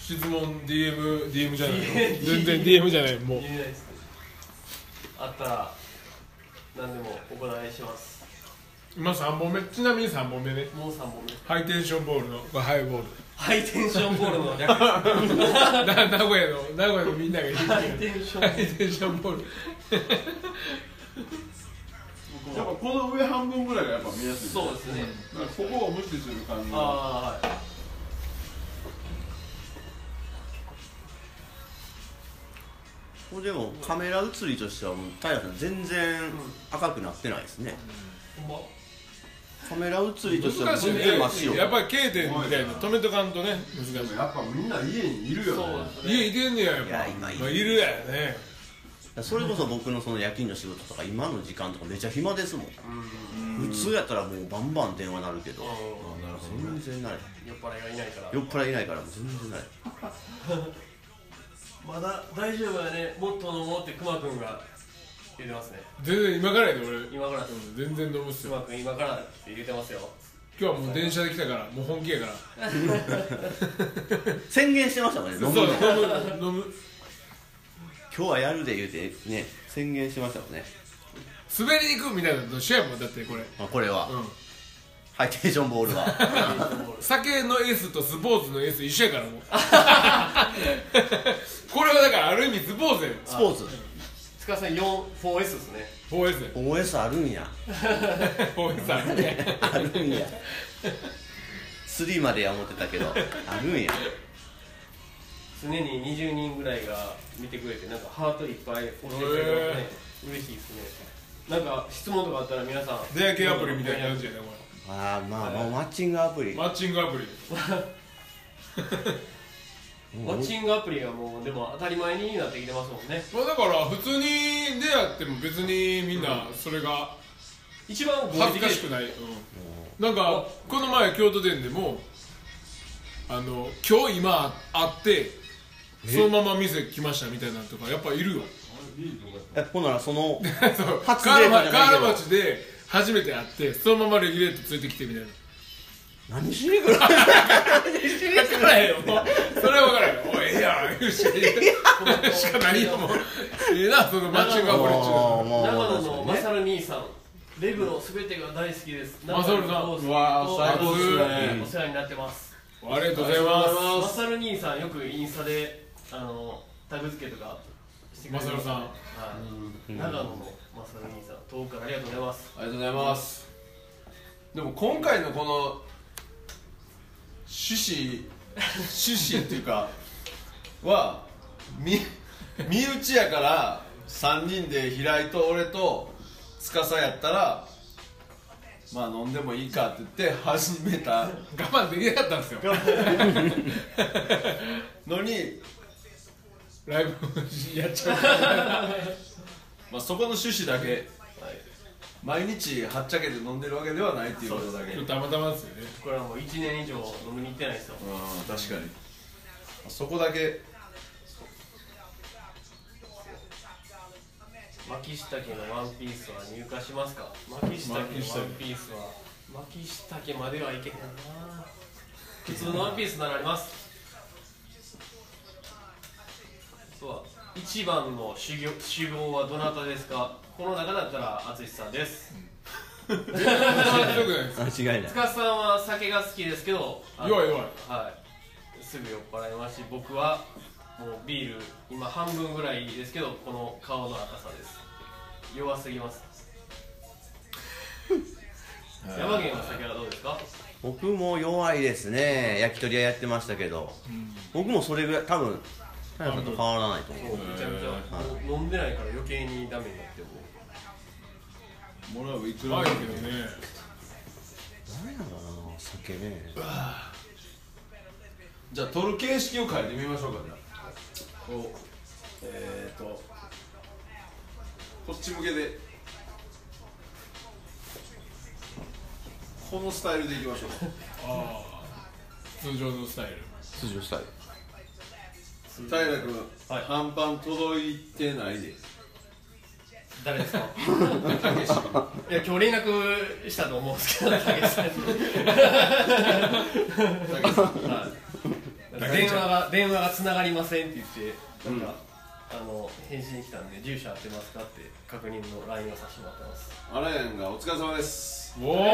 S1: 質問 DM, DM じゃない
S5: DM
S1: 全然 DM じゃないもう
S5: 言えないですねあったら何でもお答えします
S1: 今3本目ちなみに3本目ね
S5: もう3本目
S1: ハイテンションボールのこれハイボール
S5: ハイテンションボールの略です
S1: な名古屋の名古屋のみんなが言う
S5: ハイテンションボ
S1: ハ
S5: ー
S1: イテンションボール
S3: やっぱこの上半分ぐらいがやっぱ見やす
S5: ル
S3: い
S5: そうですね
S3: なんかここを無視する感じが
S5: ああはい
S2: これでもカメラ映りとしてはもう平さん全然赤くなってないですね、
S5: ほんま
S2: カメラ映りとしては
S1: 難しい
S2: 全然真
S1: ね
S2: っ白
S1: やっぱり K 点みたいな止めとかんとね難しい
S3: でもやっぱみんな家にいるよね
S5: そうですね
S1: 家いてんねややっぱ
S2: いや今いる
S1: まあいるやね
S2: それこそ僕のその夜勤の仕事とか今の時間とかめちゃ暇ですもん普通やったらもうバンバン電話なるけど全然ない
S5: 酔っ払いがいないから
S2: 酔っ払いいないからもう全然ない
S5: まだ大丈夫やねもっと飲もうってくまくんが言ってますね
S1: 全然今からやで俺
S5: 今からく
S1: 全然飲むっすよ
S5: まくん今からって言ってますよ
S1: 今日はもう電車で来たからもう本気やから
S2: 宣言してましたもんね飲む
S1: そう
S2: の
S1: 飲む飲む
S2: 今日はやるで言うてね宣言してましたもんね、
S1: 滑りに行くみたいなのと一緒やもんだってこれ
S2: まあ、これは、
S1: うん
S2: ハイテンションボール は
S1: 酒の S とスポーツの S 一緒やからもう これはだからある意味スポーツやよ
S2: スポーツ
S5: つかさん 4S ですね
S1: 4S や
S2: OS あるんや
S1: 4S あるね
S2: あるんや3までや思ってたけどあるんや
S5: 常に20人ぐらいが見てくれてなんかハートいっぱい教えてくれて、ね嬉しいですねなんか質問とかあったら皆さん
S1: 出会い系アプリみたいな感じやねこ
S2: あーまあまあマッチングアプリ
S1: れマッチングアプリ
S5: マッチングアプリがもうでも当たり前になってきてますもんね
S1: まあだから普通に出会っても別にみんなそれが
S5: 一番合
S1: 恥
S5: 理
S1: ず
S5: 的
S1: かしくない、うんなんかこの前京都店でもあの今日今会ってそのまま店来ましたみたいなのとかやっぱいるよ
S2: えほんならそ
S1: そ
S2: の
S1: う
S2: 初
S1: 河
S2: デ
S1: 原
S2: ートじゃない
S1: 町
S2: けど
S1: 河原町で初めて会ってそのままレギュレートついてきてみたいな
S2: 何しに来る
S1: 分からへんよもうそれは分からへんよおいええやん言うししかないよもうええなそのマッチングアプリっちゅうの
S5: 長野のマサル兄さんレブのすべてが大好きです
S1: マサルさん
S5: 長野の
S3: うわー最
S1: 高っす
S3: ね
S5: お世話になってます
S1: ありがとうございま
S5: マサル兄さんよくインスタであのタグ付けとかし
S1: す
S5: てく
S1: マ
S5: れて
S1: サルさん
S5: はい、長野のマサル兄さん遠くからありがとうございます
S3: ありがとうございますでも今回のこの趣旨趣旨っていうかはみ身内やから3人で平井と俺と司やったらまあ飲んでもいいかって言って始めた
S1: 我慢できなかったんですよ
S3: のに、
S1: ライブやっちゃう
S3: まあ、そこの趣旨だけ、毎日はっちゃけて飲んでるわけではないっていうことだけ
S1: 今日たまたまですよね
S5: これはもう1年以上飲みに行ってないですよ
S3: うん確かにそこだけ
S5: 巻下家のワンピースは入荷しますか巻下家のワンピースは巻下家まではいけへんな普通のワンピースならありますそうだ一番の修行修行はどなたですかこの中だったら淳さんです
S1: 強くないです
S8: 間違いない
S5: 塚さんは酒が好きですけどあの
S1: 弱い弱い
S5: はい、すぐ酔っ払いますし僕はもうビール今半分ぐらいですけどこの顔の赤さです弱す ぎます山源は酒はどうですか
S8: 僕も弱いですね焼き鳥屋やってましたけど、僕もそれぐらい多分田中さんと変わらないと思う
S5: めちゃめちゃもう飲んでないから余計にダメになっても
S3: もらういく
S1: 弱
S3: ら
S1: い
S3: で
S1: け
S3: も
S1: どね
S8: 何やろうな酒ね
S3: じゃあ取る形式を変えてみましょうかじゃあおえー、っとこっち向けでこのスタイルでいきましょう
S1: ああ通常のスタイル
S8: 通常したい
S3: 平君、半パン届いてないで
S5: 誰ですかいや今日連絡したと思うんですけどたけしさんにはい電話が電話が繋がりませんって言ってなんか、あの返信来たんで住所合ってますかって確認の LINE をさせてもらってます
S3: アラヤンがお疲れ様です
S1: おお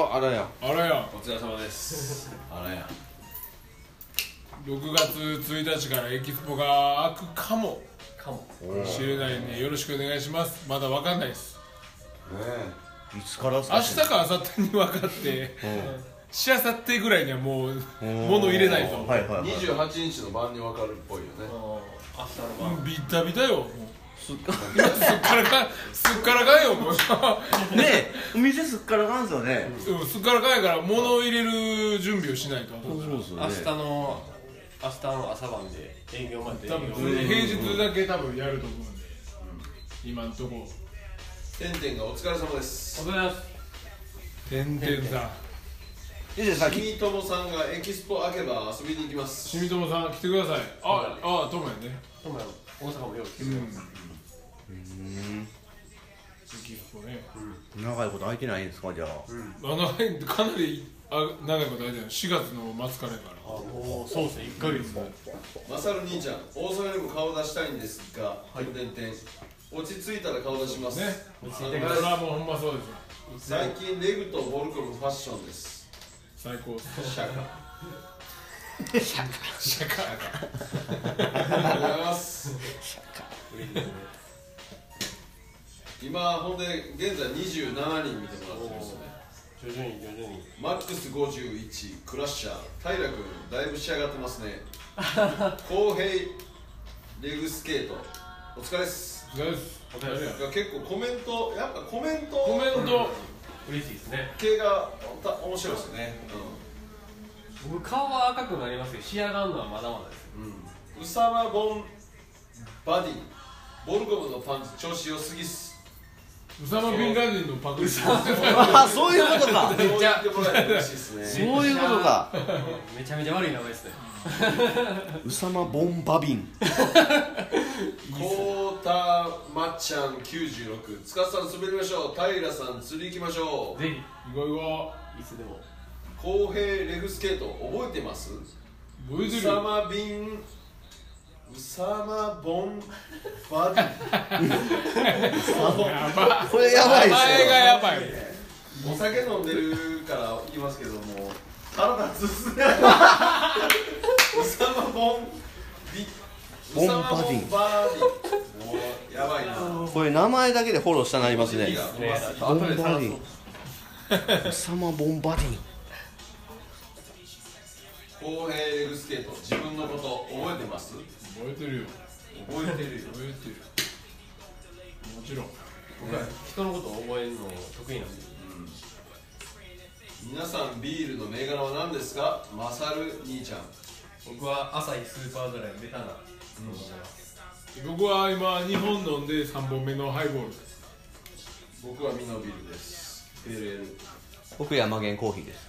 S8: ああらや
S1: あらや
S3: お疲れ様ですアラヤン
S1: 6月1日からエキスポが開くかも
S5: かも
S1: しれないんでよろしくお願いしますまだわかんないです
S8: いつから
S1: 明日か明後日に分かってしあさってぐらいにはもう物入れないと
S8: はいはい、はい、
S3: 28日の晩に分かるっぽいよね
S5: 明日の晩
S1: ビッタビタよもう今すっからかんすっからかんよ もう
S8: ねえお店すっからかんすよね、
S1: うんすっからかんやから物を入れる準備をしないと
S8: そうですよ
S5: 明
S8: ね
S5: 日の明日の朝晩で営業まで営
S1: 多分
S5: 業
S1: それで平日だけ多分やると思うんで今んとこ
S3: てんてんがお疲れ様です
S5: おはようございます
S1: てんてんさん
S8: えじゃあさっき
S3: 君ともさんがエキスポ開けば遊びに行きます
S1: しみともさん来てくださいあああともやね
S5: トモヤ大阪もよう来て
S1: う
S5: くれ
S1: ん
S5: ます
S1: キスポね
S8: 長いこと空いてないんですかじゃあ、
S1: あの辺かなりあ長いことあれだよ4月の末からやから
S5: あもうそうですね1ヶ月も
S3: マサル兄ちゃん大阪にも顔出したいんですが、てんてん落ち着いたら顔出します、
S1: ねそれはもうほんまそうですよ
S3: 最近レグとボルコムファッションです
S1: 最高っす
S3: シャカ
S1: 社会
S3: ありがとうございます今ほんで現在27人見てもらってますね
S5: 徐々に徐々に
S3: マックス51クラッシャー平君だいぶ仕上がってます ね公平レグスケートお疲れっす
S1: お疲れっすお疲れや
S3: いや結構コメントやっぱコメント
S1: コメント
S5: 嬉しいですね
S3: 系がまた面白いですね
S5: 僕顔は赤くなりますけど仕上がるのはまだまだです
S3: うんウサマボンバディボルコムのパンツ調子良すぎっす
S1: ウサマ・ビンラディンのパクリ
S8: あそういうことか
S3: こう言ってもらえ て嬉しいっす ね
S8: そういうことか
S5: めちゃめちゃ悪い名前ですね
S8: ウサマ・ボンバビン
S3: コータマッチャン96つかさん滑りましょう平さん釣り行きましょう
S5: ぜひ
S1: 行こう行こ
S5: いつでも
S3: 公平レグスケート覚えてます
S1: う覚え
S3: ウ
S1: てる
S3: サマビンウサマボンバ ディ
S8: これやばいっ
S1: 名前が
S8: す
S1: やばい
S3: お酒飲んでるから言いますけども体ずすねウサマボンビ
S8: ボンバディ
S3: ウサマボンバディもうやばいな
S8: よこれ名前だけでフォローしたなります
S3: い
S8: ね
S3: いな
S8: ボンバディウサマ・ボンバディ
S3: 公平レグスケート自分のこと覚えてます
S1: 覚えてるよ
S3: ウ覚えてるよ
S1: 覚えてるもちろん
S5: 僕は人のことを覚えるの得意なんです
S3: 皆さんビールの銘柄は何ですかマサル兄ちゃん
S5: 僕は朝日スーパードライベタな飲んでます
S1: 僕は今2本飲んで3本目のハイボールです
S3: 僕はミノビールですペールエール
S2: 僕山源コーヒーです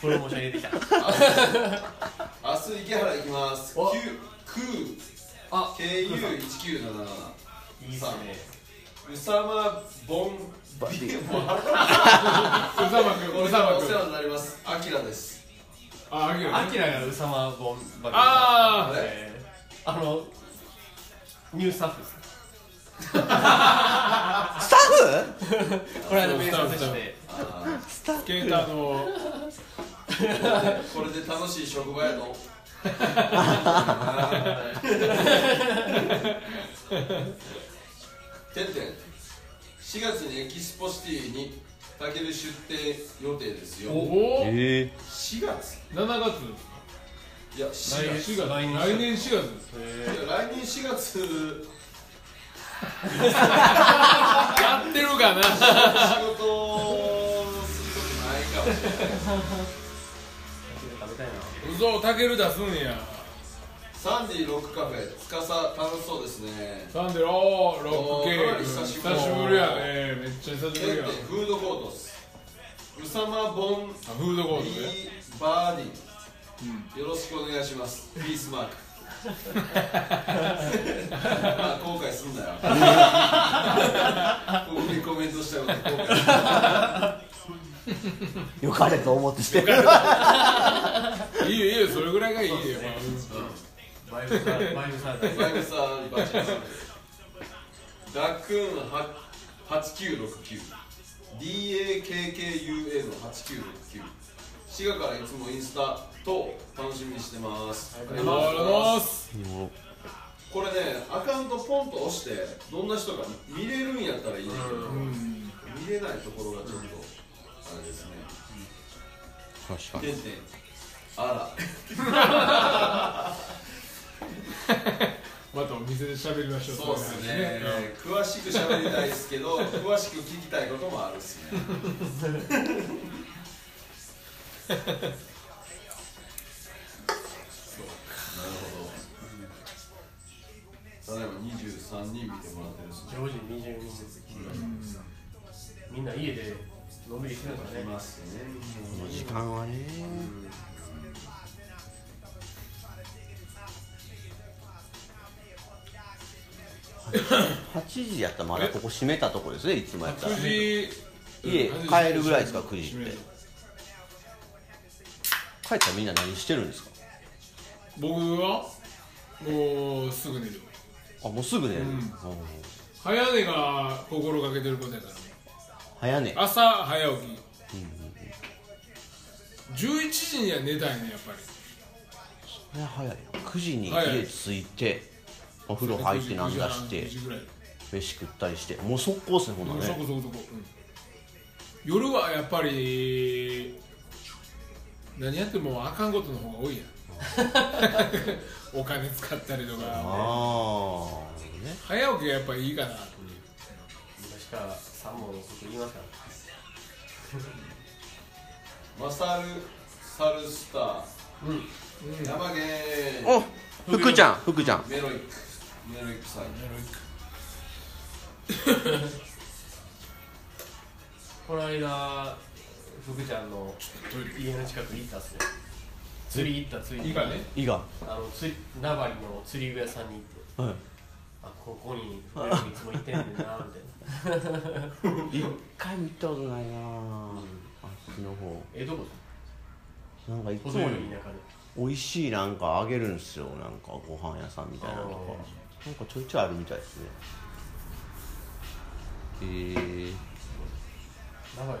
S5: プロモーション入れ てきた
S3: 明日池原行きます
S5: おあ
S3: QQKU1977
S5: いいっすね
S3: うさまボンビールもある
S1: 宇佐間君
S3: お
S1: 宇佐間
S3: 世
S1: 君
S3: 話になりますアキラです
S1: ああきら
S5: ア
S1: ね
S5: キラがうさまボンバ
S1: あ
S3: ー
S5: えーあのニュースタッフですね
S2: スタッフ
S5: これは名
S1: スタ
S5: 刺
S1: ッフ
S5: して
S1: あスケーターの
S3: これで楽しい職場やの てんてん4月にエキスポシティにたける出店予定ですよ
S1: おお7
S2: ええ
S3: 4月
S1: 月
S3: いや4月
S1: 4月来年4月ですね
S3: いや来年4月
S1: やってるかな
S3: 仕事をすることないかもしれない
S5: 食べたいな
S1: 嘘たける出すんや
S3: サンディロックカフェつかさ楽しそうですね
S1: サンデーおーロックケー
S3: おー
S1: ル
S3: 久
S1: 久
S3: し
S1: し
S3: ぶり
S1: ぶりやねめっちゃ久してぶ
S3: んて
S1: り
S3: ん
S1: や
S3: フードコートっすうさまボン
S1: あフードコート
S3: ビ
S1: ね
S3: ーバーディン、よろしくお願いしますピース マークまあ後悔すん なよここにコメントしたこと後悔すんなよ
S2: よかれと思ってして
S1: いいよいいよそれぐらいがいいよ、まあ
S5: バイブサーバイブサーで
S3: バイブさんバイブさんダックンは8969 DAKKUN8969 滋賀からいつもインスタと楽しみにしてます
S1: ありがとうございますす
S3: これねアカウントポンと押してどんな人が見れるんやったらいいねんけど、
S1: うん
S3: 見れないところがちょっとあれですね
S2: 確か
S3: てんてんあら
S1: またお店で喋りましょう
S3: そうですね詳しく喋りたいですけ ど詳しく聞きたいこともあるっすねそうなるほどただいま23人見てもらってるし
S5: 常時22人みんな家でのんびりしてるんだね
S3: いますね
S2: 時間はね8時やったらまだここ閉めたとこですねいつもやったら
S1: 9時
S2: 家
S1: うん
S2: 帰るぐらいですか9時っ
S1: 閉め
S2: て
S1: る
S2: 帰ったらみんな何してるんですか
S1: 僕はもうすぐ寝る
S2: あもうすぐ寝る、
S1: うん
S2: おー
S1: 早寝が心がけてることやから
S2: 早寝
S1: 朝早起き、11時には寝たいねやっぱり
S2: いや早いよ9時に
S1: 早い
S2: 家着いてお風呂入ってなんだして
S1: 9時ぐらい
S2: 飯食ったりしてもう速攻っすねほんなら
S1: そ
S2: ね
S1: こそこそこ、うん夜はやっぱり何やってもあかんことの方が多いやん お金使ったりとか
S2: ああね
S1: 早起きがやっぱいいかなっていう
S5: 昔から三本のこと言いますから
S3: マサルサルスター、うん、山毛
S2: お福ちゃん福ちゃん
S3: メロイックメロイックさん
S5: この間福ちゃんの家の近くに行ったっすね釣り行った釣り
S1: いいかね
S2: いいが
S5: あの釣り名張の釣り具屋さんに行って、
S2: はい
S5: あここに福ちゃんいつも行ってんねんなみたいな
S2: 一回も行ったことないなああっちの方
S5: えどこ
S2: なんかいつ
S5: 程よ
S2: も
S5: い田
S2: ね
S5: 舎で
S2: 美味しいなんかあげるんすよなんかご飯屋さんみたいなのとかなんかちょいちょいあるみたいですねえー、
S5: 名張のあの辺は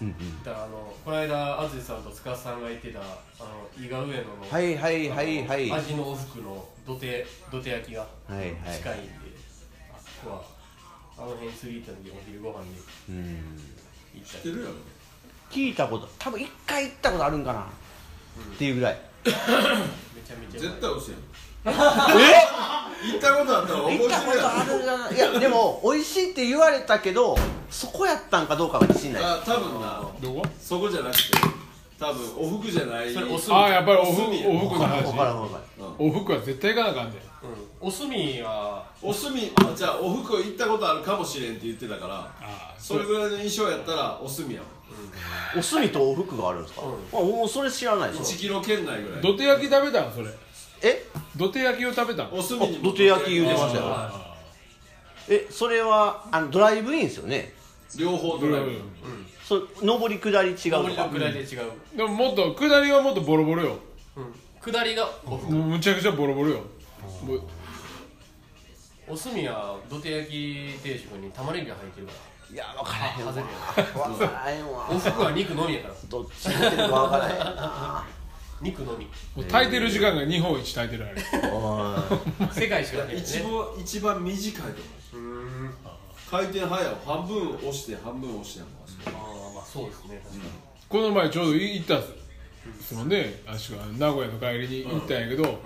S2: うんうん
S5: だからあのこの間淳さんと塚さんが言ってたあの伊賀上野の、
S2: はいはいはいはいはい
S5: 味のおふくの土手土手焼きが
S2: はい
S5: 近いんで、あそこはあの辺釣り行った時お昼ご飯に
S2: うん
S5: 行ったり
S3: るやろ
S2: 聞いたこと多分一回行ったことあるんかなっていうぐらい
S5: めちゃめちゃうまい
S3: 絶対 嘘やんえ行ったことあったら面
S2: 行ったこ
S3: 白いや
S2: とあ
S3: ん
S2: るじゃないいやでも美味しいって言われたけどそこやったんかどうかは自信ない
S3: あ多分な
S1: どこ
S3: そこじゃなくて多分お服じゃないそれおす
S1: ああやっぱりおふ
S3: お墨や
S1: お服の
S2: 分から
S1: 話
S2: ん分からん
S1: お服は絶対行かなあかんで
S5: お墨は
S3: お墨あじゃあお服行ったことあるかもしれんって言ってたから
S1: ああ
S3: それぐらいの印象やったらお墨やもん
S2: お墨とお服があるんですか、まあ、もうそれ知らないで
S3: 1
S2: す
S3: キロ圏内ぐらい
S1: どて焼き食べたんそれ
S2: え
S1: どて焼きを食べたん
S3: お墨にも
S2: どて焼き言うてましたよ
S1: あ
S2: えそれはあのドライブインですよね
S3: 両方ドライブ
S2: そ上り下り違う
S5: 上
S2: と
S5: りと
S2: か
S5: 下りで違う、
S1: ーでももっと下りはもっとボロボロよ
S5: うん、下りが
S1: も
S5: お
S1: うむちゃくちゃボロボロよもう
S5: お墨は土手焼き定食に玉ねぎが入ってるか
S2: いや分からへん
S5: ら
S2: わ
S5: 外れる
S2: 分からへんわ
S5: やんお服は肉のみやから
S2: どっち言ってるか分からへんな
S5: 肉のみ
S1: もう炊いてる時間が日本一炊いてるあれ
S5: 世界しかないよね
S3: 一番一番短いと思う回転早い半分押して半分押してやんか
S5: ああまあそうですね確かに
S1: この前ちょうど行ったんですもんねあっしが名古屋の帰りに行ったんやけど、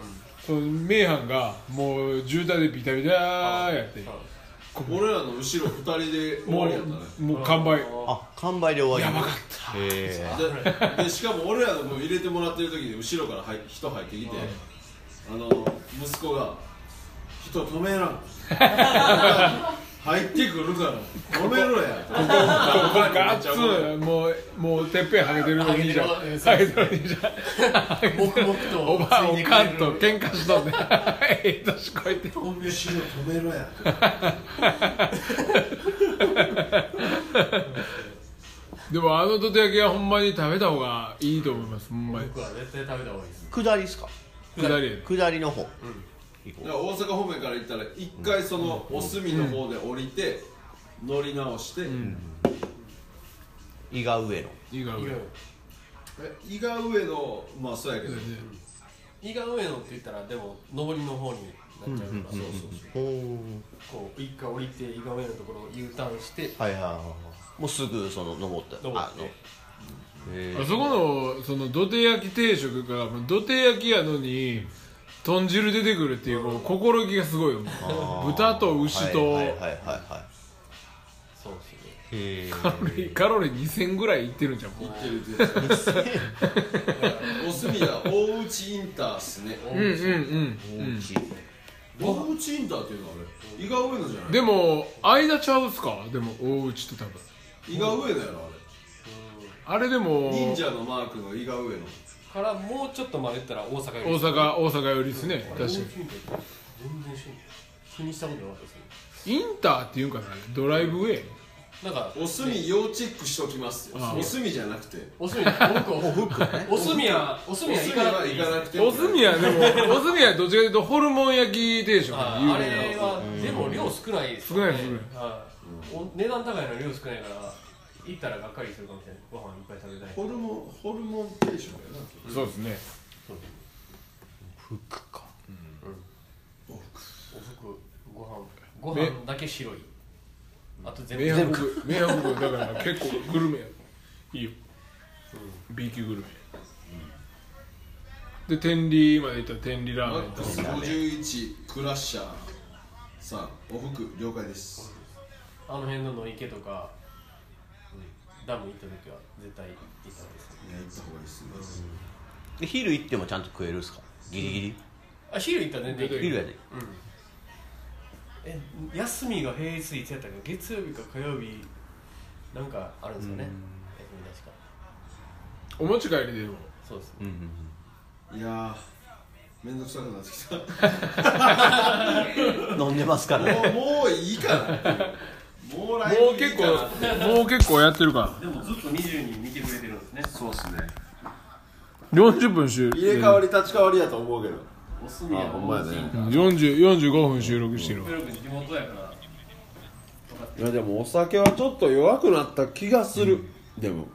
S1: その名阪がもう渋滞でビタビタやって
S3: 俺らの後ろ二人で終
S1: も
S3: わ
S1: う
S3: りやったね
S1: もう完売
S2: あ完売で終わりやばかった
S3: ででしかも俺らの分入れてもらってる時に後ろから入人入ってきてあの息子が「人止めらん」入ってくるから止めろや
S1: ガッツンもうもうてっぺんハゲてるお兄ちゃん
S5: ハゲてる
S1: ハゲてるお兄ちゃん
S5: 黙々と
S1: おばあおかんと
S5: ついてくれる
S1: 喧嘩しとんねええ年こいて
S3: 後ろ止めろや
S1: でもあのどて焼きはほんまに食べた方がいいと思いますほんまに
S5: 僕は絶対食べた方がいいです
S2: 下りですか
S1: 下りやで
S2: 下りの方
S3: だから大阪方面から行ったら一回そのお隅の方で降りて乗り直して、
S2: 伊賀上野
S1: いいから俺
S3: え伊賀上のまあそうやけど、
S5: 伊賀上野って言ったらでも上りの方になっちゃうからそうそう
S2: ほう
S5: そうこう一回降りて伊賀上野のところを U ターンして
S2: はいはいはいはいもうすぐその登った
S5: 登って
S2: あの
S1: あそこのその土手焼き定食が土手焼きやのに豚汁出てくるっていうこう心意気がすごいよ
S2: あー
S1: 豚と牛と
S2: はいはいはいは
S5: そうです
S2: いへ
S1: カロリーカロリー2000ぐらいいってるんじゃんも
S3: 行ってるって言ってたお隅は大内インターっすね
S1: ううんうんうん
S2: えうん
S3: 大内インターっていうのはあれ伊賀上野じゃない
S1: でも間ちゃうっすかでも大内って多分
S3: 伊賀上野やろ
S1: あれで
S3: あ
S1: も
S3: れ忍
S1: 大
S3: 者のマークの伊賀上野
S5: ねからもうちょっと曲げたら大阪より
S1: 阪大阪よりですね確か
S5: 大阪
S1: に
S5: 全然しない気にしたことなかったですね
S1: インターっていうんかなドライブウェイ
S5: なんか
S3: お隅要チェックしときますよ
S1: あー
S3: お隅じゃなくて
S5: おすみおふくおすみはおす
S3: お
S5: みは行
S3: 隅
S5: かなく
S3: は
S5: ていい
S3: 行かなくて
S1: おすみやでもおすみやどっちかというとホルモン焼き定食
S5: あ
S1: 有
S5: あ
S1: 名な
S5: れはでも量少ないですよ
S1: 少
S5: ね
S1: ない少
S5: はいお値段高いの量少ないから行ったらがっかりするかもしれないご飯いっぱい食べたい
S3: ホルモンホルモン定食やな
S1: そうですね
S5: おふくご飯ご飯だけ白いあと全部
S1: 名阪国名阪国だから結構グルメやいいよ B 級グルメで天理まで行ったら天理ラ
S3: マ
S1: ーメ
S3: ッ
S1: ン
S3: ク
S1: と
S3: ス51クラッシャーさんお服了解です
S5: あの辺の野池とかうんダム行った時は絶対行ったんです
S3: いや行った方がいいっすね
S2: で昼行ってもちゃんと食えるんすかギリギリ
S5: あ昼行ったら全然行ける
S2: 昼やで
S5: え休みが平日いつやったか月曜日か火曜日なんかあるんですよね休み確か
S1: お持ち帰りでも
S5: そうですね
S3: いやーめんどくさくなってきた
S2: 飲んでますからね
S3: もうもういいかなっていうもう来
S1: もう
S3: 年い
S1: 結
S3: いかな
S1: 構もう結構やってるか
S5: でもずっと20人見てくれてるんですね
S3: そうっすね
S1: ら40分終
S3: 入れ替わり立ち替わりやと思うけど
S5: おすみや
S3: ほんまやね
S1: 40 45分収録してるわ
S5: ログ地元やか
S7: い
S5: ら
S7: やでもお酒はちょっと弱くなった気がする、でも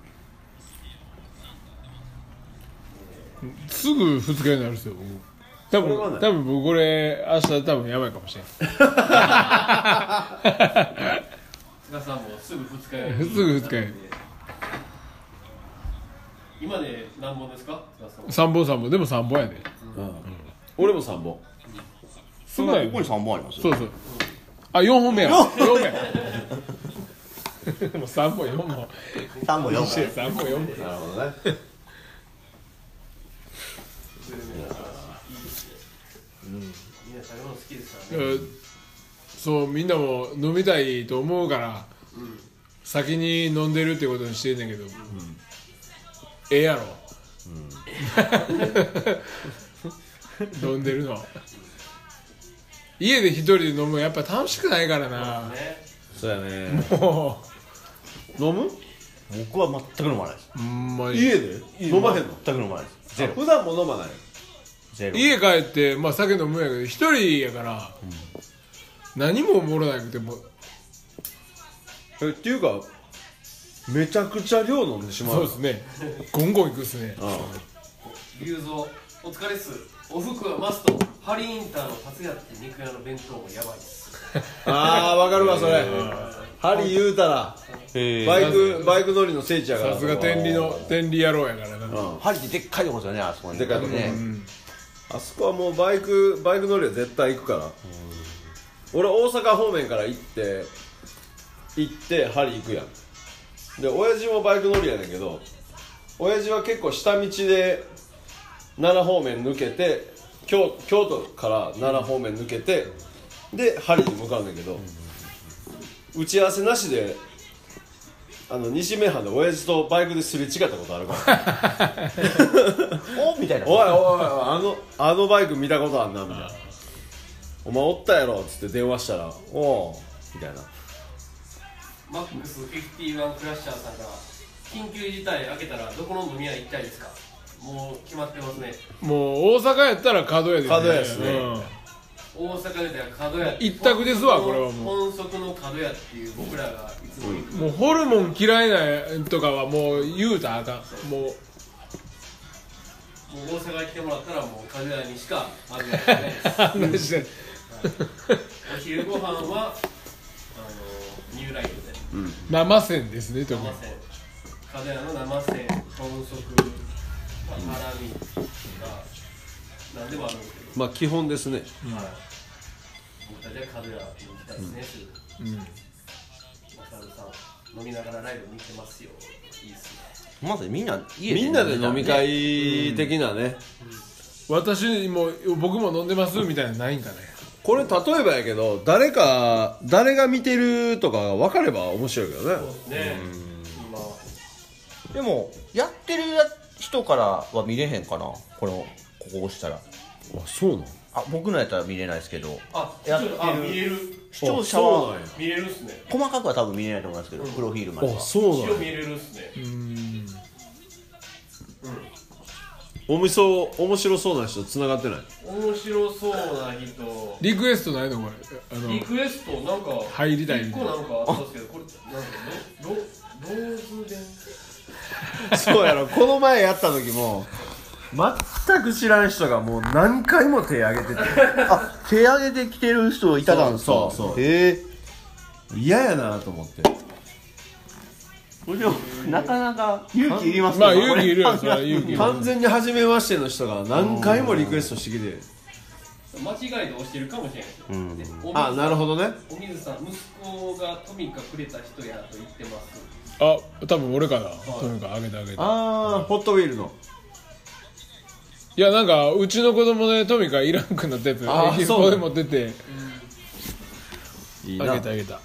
S1: すぐ2日になるんですよ僕多
S7: それはな
S1: 分
S7: い
S1: 多分僕これ明日多分やばいかもしれな
S5: 菅さんもすぐ2日や
S1: いすぐ2日に
S5: 今で何本ですか菅
S1: 3本3本でも3本やで
S3: 俺も3本
S1: 少ないよ
S2: ここに3本ありますよ
S1: そうそうあ4本目や4本 目やでも3本4本
S2: 3本4
S1: 一緒や
S2: 本
S1: 3本4本
S9: なるほどね
S5: みんな食べ物好きですからね
S1: そうみんなも飲みたいと思うから、先に飲んでるってことにしてんねんけど、ええやろ、飲んでるの家で一人で飲むのやっぱ楽しくないからな
S3: そうやね
S1: も
S3: 飲む
S2: 僕は全く飲まないです
S1: うほんまに
S3: 家で飲まへんの
S2: 全く飲まないですゼロ
S3: 普段も飲まない
S2: ゼロ
S1: 家帰って、まあ、酒飲むんやけど一人やから、何もおもろなくても
S3: えっていうかめちゃくちゃ量飲んでしま
S1: そう
S3: う
S1: ですねゴンゴンいくっすね
S5: 牛蔵お疲れっすお服はマストハリーインターの達也って肉屋の弁当もやばいっす
S3: ああわかるわそれハリー言うたら
S2: へ
S3: バイクバイク乗りの聖地やから
S1: さすが天理の天理野郎やからな、
S2: 針ってでっかいとこですよねあそこに
S3: でかいとこ
S2: ね
S3: あそこはもうバイクバイク乗りは絶対行くから俺大阪方面から行って行ってハリー行くやんで親父もバイク乗りやねんけど親父は結構下道で奈良方面抜けて京京都から奈良方面抜けてでハリーに向かうんだけど打ち合わせなしであの西名阪で親父とバイクですれ違ったことあるから
S2: おみたいな
S3: おいおいおいあのあのバイク見たことあんなみたいな「お前おったやろ」っつって電話したら「おお」みたいな
S5: マックス81クラッシャーさんが緊急事態開けたらどこの飲み屋行きたいですかもう決まってますね
S1: もう大阪やったら角屋ですね
S3: 角屋ですね
S1: うん
S5: 大阪では角屋
S1: 一択ですわこれはも
S5: もう本則の角屋っていう僕らがいつも行く
S1: もうホルモン嫌いなんとかはもう言うたらあかんもう
S5: もう大阪に来てもらったらもう角屋にしか案内してないです
S1: 話して
S5: お昼ご飯はあのニューライトで
S1: 生線ですね特に
S5: 生鮮カデアの生鮮豚足まあハラミとか何でもあるんですけど
S3: まあ基本ですね
S5: 僕たちはカデアに来たですねすぐマサルさん飲みながらライブ見てますよいいっすね
S2: まずみんな家
S3: みんなで飲み会的なね
S1: 私も僕も飲んでますみたいなのないんかね
S3: これ例えばやけど誰か誰が見てるとかが分かれば面白いけどね
S5: ね今は
S2: でもやってる人からは見れへんかなこのここ押したら
S3: あそうなん
S2: あ僕のやったら見れないですけど
S5: あ
S2: やってる
S5: あ見れる
S2: 視聴者は
S3: あ
S5: 見れるっすね
S2: 細かくは多分見れないと思いますけど、プロフィールまでは
S3: あそう
S5: 一
S3: なん
S5: 応見
S3: や
S5: れるっすね
S3: おみそ面白そうな人つながってない
S5: 面白そうな人
S1: リクエストないのこれあ
S5: リ
S1: の
S5: クエストなんか
S1: 入りたい
S5: 一
S1: みた
S5: 個
S1: いな
S5: なんかあったんですけどこれなんかロロローズデン
S3: そうやろこの前やった時も全く知らん人がもう何回も手挙げてて
S2: あ手上げてきてる人いたなんですか
S3: そうそうそう
S2: へえ
S3: 嫌やなと思って
S2: これでもなかなか勇気いります
S1: まあ勇気いるよそれは勇 気いる
S3: 完全に初めましての人が何回もリクエストしてきて
S5: 間違いで押してるかもしれないですよ、でお
S3: あなるほどね
S5: お水さん息子がトミカくれた人やと言ってます
S1: あ多分俺かなとにかくあげてあげて
S3: ああホットウィールの
S1: いやなんかうちの子供でトミカいらんくなったやつ
S3: あー
S1: 駅
S3: そう
S1: こで持ってて
S3: いい
S1: あ
S3: な
S1: げたあげた
S5: あ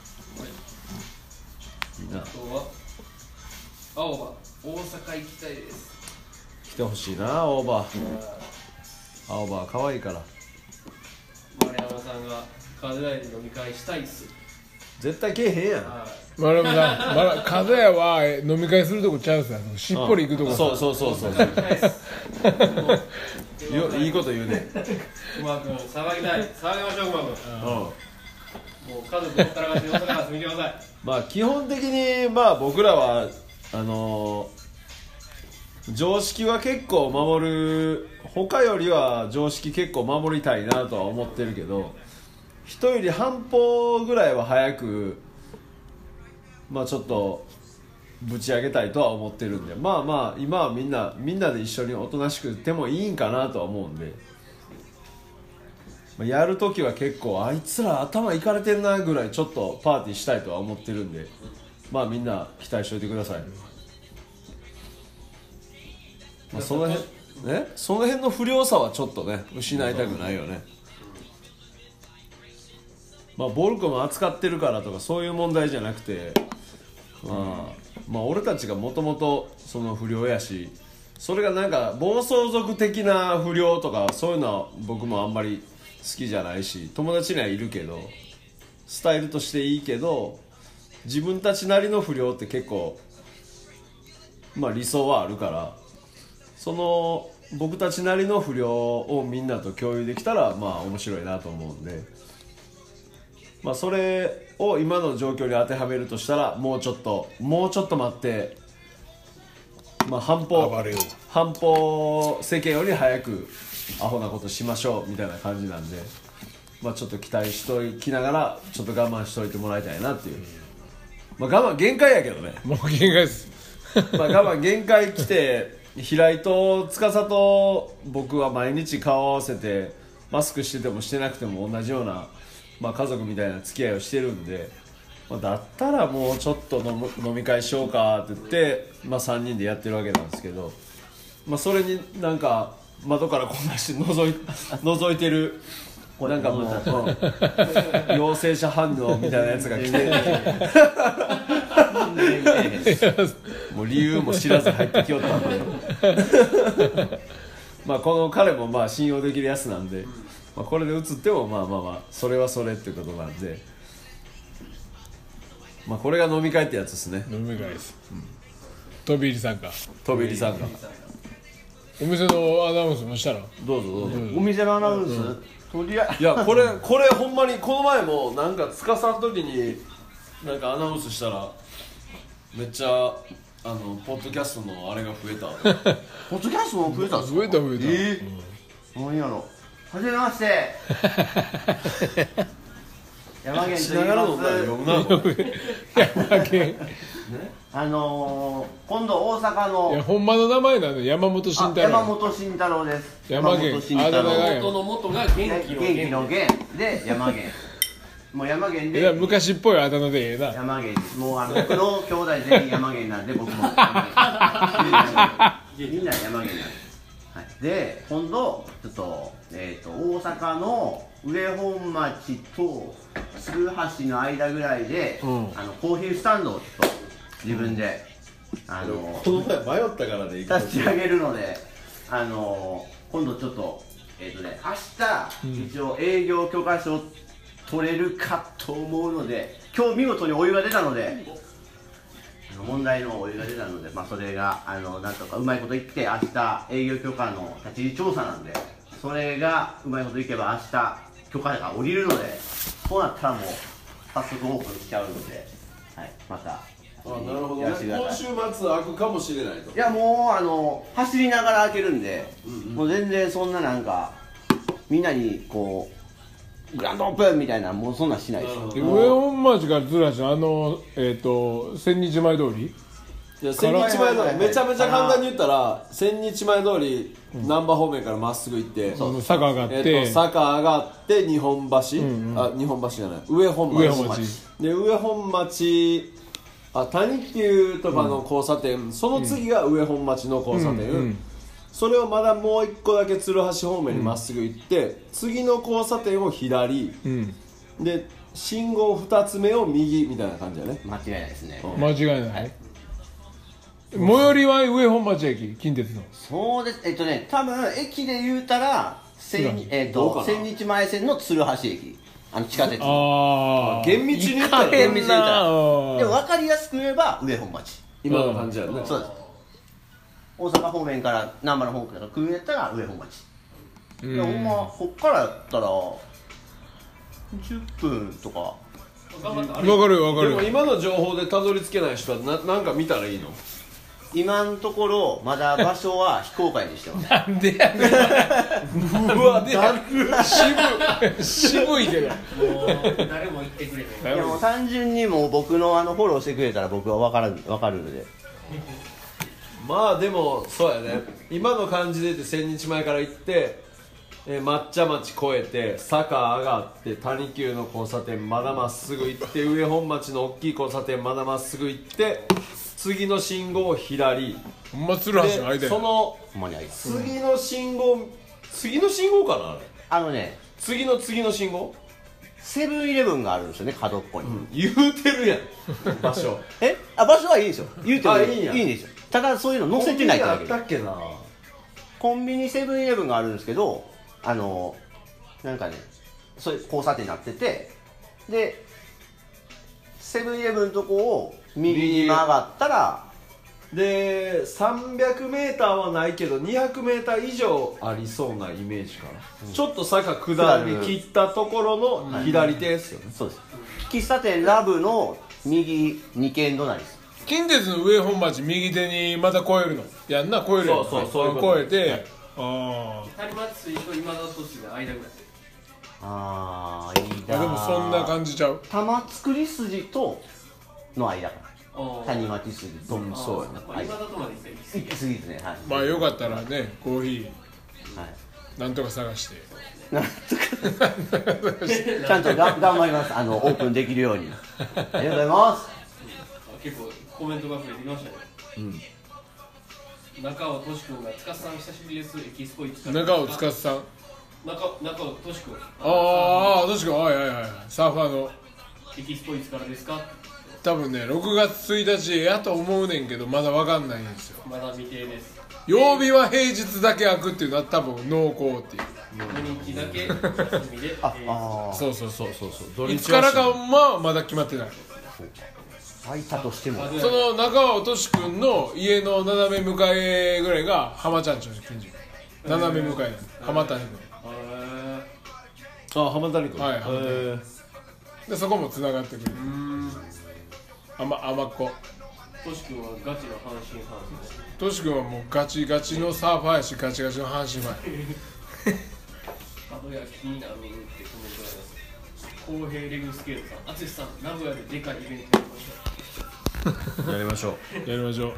S5: とは青葉大阪行きたいです
S3: 来てほしいな青葉青葉可愛いから
S5: 丸山さんがカズライで飲み会したいっす
S3: 絶対けえへんやん
S1: 丸山さん、まだ、風やはえ飲み会するとこちゃうさ、しっぽり行くとこさ。
S3: そうそうそうそう
S5: 行 きたいっす
S3: よいいこと言うね
S5: 熊君騒ぎ たい騒ぎましょう熊
S3: う
S5: 君
S3: ん
S5: もう家族ほったらかして大阪発見てください
S3: まあ基本的にまあ僕らはあのー常識は結構守る他よりは常識結構守りたいなとは思ってるけど人より半歩ぐらいは早くまあちょっとぶち上げたいとは思ってるんでまあまあ今はみんなみんなで一緒におとなしくてもいいんかなとは思うんで、まあやる時は結構あいつら頭いかれてんなぐらいちょっとパーティーしたいとは思ってるんでまあみんな期待しといてください、まあ、その辺ねその辺の不良さはちょっとね失いたくないよね、まあ、ボルコも扱ってるからとかそういう問題じゃなくて、まあ、まあ俺たちがもともとその不良やしそれがなんか暴走族的な不良とかそういうのは僕もあんまり好きじゃないし友達にはいるけどスタイルとしていいけど自分たちなりの不良って結構、まあ、理想はあるからその僕たちなりの不良をみんなと共有できたらまあ面白いなと思うんで。まあ、それを今の状況に当てはめるとしたらもうちょっともうちょっと待って、まあ、半歩
S1: 暴れよう
S3: 半歩世間より早くアホなことしましょうみたいな感じなんで、まあ、ちょっと期待しときながらちょっと我慢しといてもらいたいなっていう、まあ、我慢限界やけどね
S1: もう限界です
S3: まあ我慢限界来て平井と司と僕は毎日顔を合わせてマスクしててもしてなくても同じような、まあ、家族みたいな付き合いをしてるんで、まあ、だったらもうちょっと飲む飲み会しようかって言って、まあ、3人でやってるわけなんですけど、まあ、それになんか窓からこんなして覗い 覗いてる。なんかもう、うん陽性者反応みたいなやつが来てもう理由も知らず入ってきよったんで まあこの彼もまあ信用できるやつなんで、まあ、これで打つってもまあまあまあそれはそれってことなんでまあこれが飲み会ってやつですね
S1: 飲み会です、飛び入り参加
S3: 飛び入りさんが
S1: お店のアナウンスもしたら
S3: どうぞどうぞ
S1: ん
S2: お店のアナウンスとりあえ
S3: いやこれこれほんまにこの前もなんか司の時になんかアナウンスしたらめっちゃあのポッドキャストのあれが増えた
S2: ポッドキャストも増えたんですか
S1: 増えた増えた
S2: えー何やろはじめまして 山源
S3: し
S2: と
S3: ながらの
S2: 言い
S3: 呼
S2: ます
S3: ぶなこれ
S1: 山県
S2: あのー、今度大阪
S1: いや
S2: の
S1: ほんまの名前なんで山本慎
S2: あ
S1: 太
S2: 山
S1: 郎
S2: 本慎太郎です
S1: 山源
S2: 慎太郎
S1: あだ名が
S2: で
S1: や
S5: 元の元が元気の
S2: 元気の
S5: 元
S2: 源で山源もう山源
S1: いや
S2: で
S1: 昔っぽいあだ名でええな
S2: 山源ですもうあの僕の兄弟全員山源なん で僕もみんな山源なんです、はい、で今度ちょっと,、えー、と大阪の上本町と鶴橋の間ぐらいで、
S1: うん
S2: あのコーヒースタンドをちょっと自分で、あの
S3: この前迷ったからでいい
S2: 立ち上げるのであの今度ちょっとえっ、とね明日、一応営業許可証取れるかと思うので今日見事にお湯が出たのであの問題のお湯が出たので、まあ、それがあのなんとかうまいこといって明日営業許可の立ち入り調査なんでそれがうまいこといけば明日許可が下りるのでそうなったらもう早速オープンしちゃうので、はい、また
S10: あなるほどね
S2: やらせてください
S10: 今週末開くかもしれないと
S2: いやもうあの走りながら開けるんで、もう全然そんななんかみんなにこうグランドオープンみたいなもうそんなんしないでしょ
S1: で上本町からずらしのあのえっ、と千日前通り
S3: いや千日前通りめちゃめちゃ簡単に言ったら千日前通り難波方面からまっすぐ行って、
S1: 坂上があって、
S3: えっと坂上がって日本橋、あ日本橋じゃない上本町
S1: 上本町
S3: で上本町あ谷久とかの交差点、その次が上本町の交差点、
S1: うんうん
S3: それをまだもう一個だけ鶴橋方面にまっすぐ行って、次の交差点を左
S1: うん
S3: で信号2つ目を右みたいな感じだね
S2: 間違いないですね
S1: 間違いない、最寄りは上本町駅近鉄の
S2: そうですえっとね多分駅で言うたら千,、えっ
S3: どうか
S2: と
S3: な
S2: 千日前線の鶴橋駅あの地下鉄の
S1: ああ
S3: 厳密に言ったら
S2: 厳密に言うた
S1: あ
S2: ら
S1: ー
S2: でも分かりやすく言えば上本町
S3: 今の感じだね、
S2: そうです大阪方面から難波の方から来るんやったら上本町
S1: う
S2: いやほんま
S1: ん
S2: こっからやったら10分とか
S1: わかるよわか
S3: で
S1: るよ
S3: も今の情報でたどり着けない人はななんか見たらいいの
S2: 今のところまだ場所は非公開にしてます
S1: なんでやねんうわでや渋い渋いけど
S5: もう誰も言ってくれへん
S2: いやもう単純にもう僕のあのフォローしてくれたら僕は分からん分かるので
S3: まあでもそうやね今の感じで言って千日前から行って、えー抹茶町越えて坂上がって谷久の交差点まだまっすぐ行って上本町の大きい交差点まだまっすぐ行って次の信号を左
S1: ほんま鶴橋
S3: で
S1: の間や
S3: その
S2: ほんまにあります
S3: 次の信号次の信号かなあれ
S2: あのね
S3: 次の次の信号
S2: セブンイレブンがあるんですよね角っこに、
S3: 言うてるやん場所
S2: えあ場所はいいですよ言うても
S3: あ
S2: い
S3: いいん
S2: い
S3: や
S2: いいんですよただそういうの載せてないって
S3: コン
S2: だけで
S3: ビニあったっけな
S2: コンビニセブンイレブンがあるんですけどあのなんかねそういう交差点になっててでセブンイレブンのとこを右に曲がったら
S3: で 300m はないけど 200m 以上ありそうなイメージかな、ちょっと坂下り切ったところの左手ですよね、
S2: そうです喫茶店ラブの右2軒隣です
S1: 近鉄の上本町右手にまた越えるのやんな越えるやん
S3: そうそうそういうこと
S1: 越えて、ああ
S5: 谷松水と今里水の間ぐらい
S2: ああいい
S1: いやでもそんな感じちゃう
S2: 玉造り筋との間か
S5: あー
S2: な谷町筋と、
S3: そうや
S5: やっ
S2: は
S5: ぱ
S2: い
S5: 今里まで行ったら行き過
S2: 行
S5: ぎ
S2: き過ぎですねはい、
S1: まあよかったらねコーヒ
S2: はい
S1: ーなんとか探して
S2: なんとかちゃんとが頑張りますあのオープンできるようにありがとうございます
S5: 結構コメントが増えてきましたね中尾俊君が「塚さん久しぶりですエキスポ行きたら
S1: 中尾司さん
S5: 中中尾俊君
S1: ああああ確かはいはいはいサーファーの
S5: エキスポいつからですか
S1: 多分ね6月1日やと思うねんけどまだ分かんないんですよ
S5: まだ未定です
S1: 曜日は平日だけ開くっていうのは多分濃厚っていう
S5: 土日だけ休みで
S2: あ
S5: えー
S2: あ
S1: そうそうそうそう
S3: そう土
S1: いつからかはまだ決まってない
S2: ー開いたとしても
S1: その中尾俊君の家の斜め向かいぐらいが浜ちゃんちの近所斜め向かいなんです浜谷君
S5: へ
S3: あ浜谷君
S1: はい
S3: へー
S1: でそこもつながってくる
S5: ーうーん
S1: 甘甘っ子
S5: 俊君はガチの半信半疑
S1: トシ君はもうガチガチのサーファーやしガチガチの阪神ファンや
S5: あとや気になるってコメントがあります公平レグスケートさん淳さん名古屋ででかいイベントやりましょ
S3: や
S1: や
S3: りましょう
S1: りましょう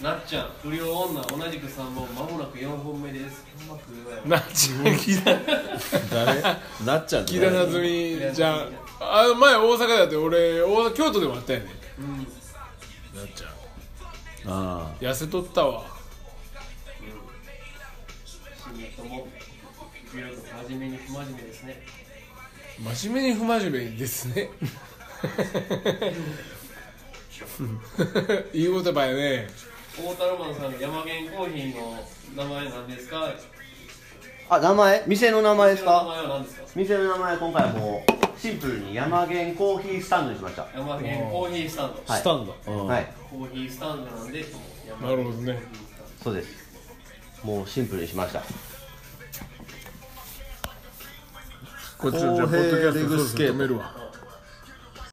S5: うなっちゃん不良女同じく3本まもなく4本目ですうまく言わない
S1: なっちゃん 木田
S3: 誰なっちゃん
S1: 木田
S3: 誰
S1: なずみちゃんあの前大阪だって俺大京都でもあったよね
S5: うん
S1: なっちゃ
S3: あ
S1: ん痩せとったわ
S5: 新ネットもビロ君真面目に不真面目ですね
S1: 真面目に不真面目ですねいい言葉やね
S5: 大太郎マンさんの山源コーヒーの名前なんですか
S2: あ名前店の名前です
S5: 名
S2: か
S5: 前は何ですか
S2: 店の名前今回はもうシンプルに山源コーヒースタンドにしました
S5: 山源コーヒースタンド
S3: あ
S2: はい
S3: スタンド、うん
S2: はい
S5: コーヒースタンドなんで
S1: なるほどね
S2: そうですもうシンプルにしました
S1: こっち
S3: 公
S1: のじゃあポッドキ
S3: 平
S1: ャス
S3: レ
S1: トそ
S3: グ
S1: ろ
S3: ス
S1: そ
S3: ケ
S1: ろ
S3: ート
S1: 止めるわ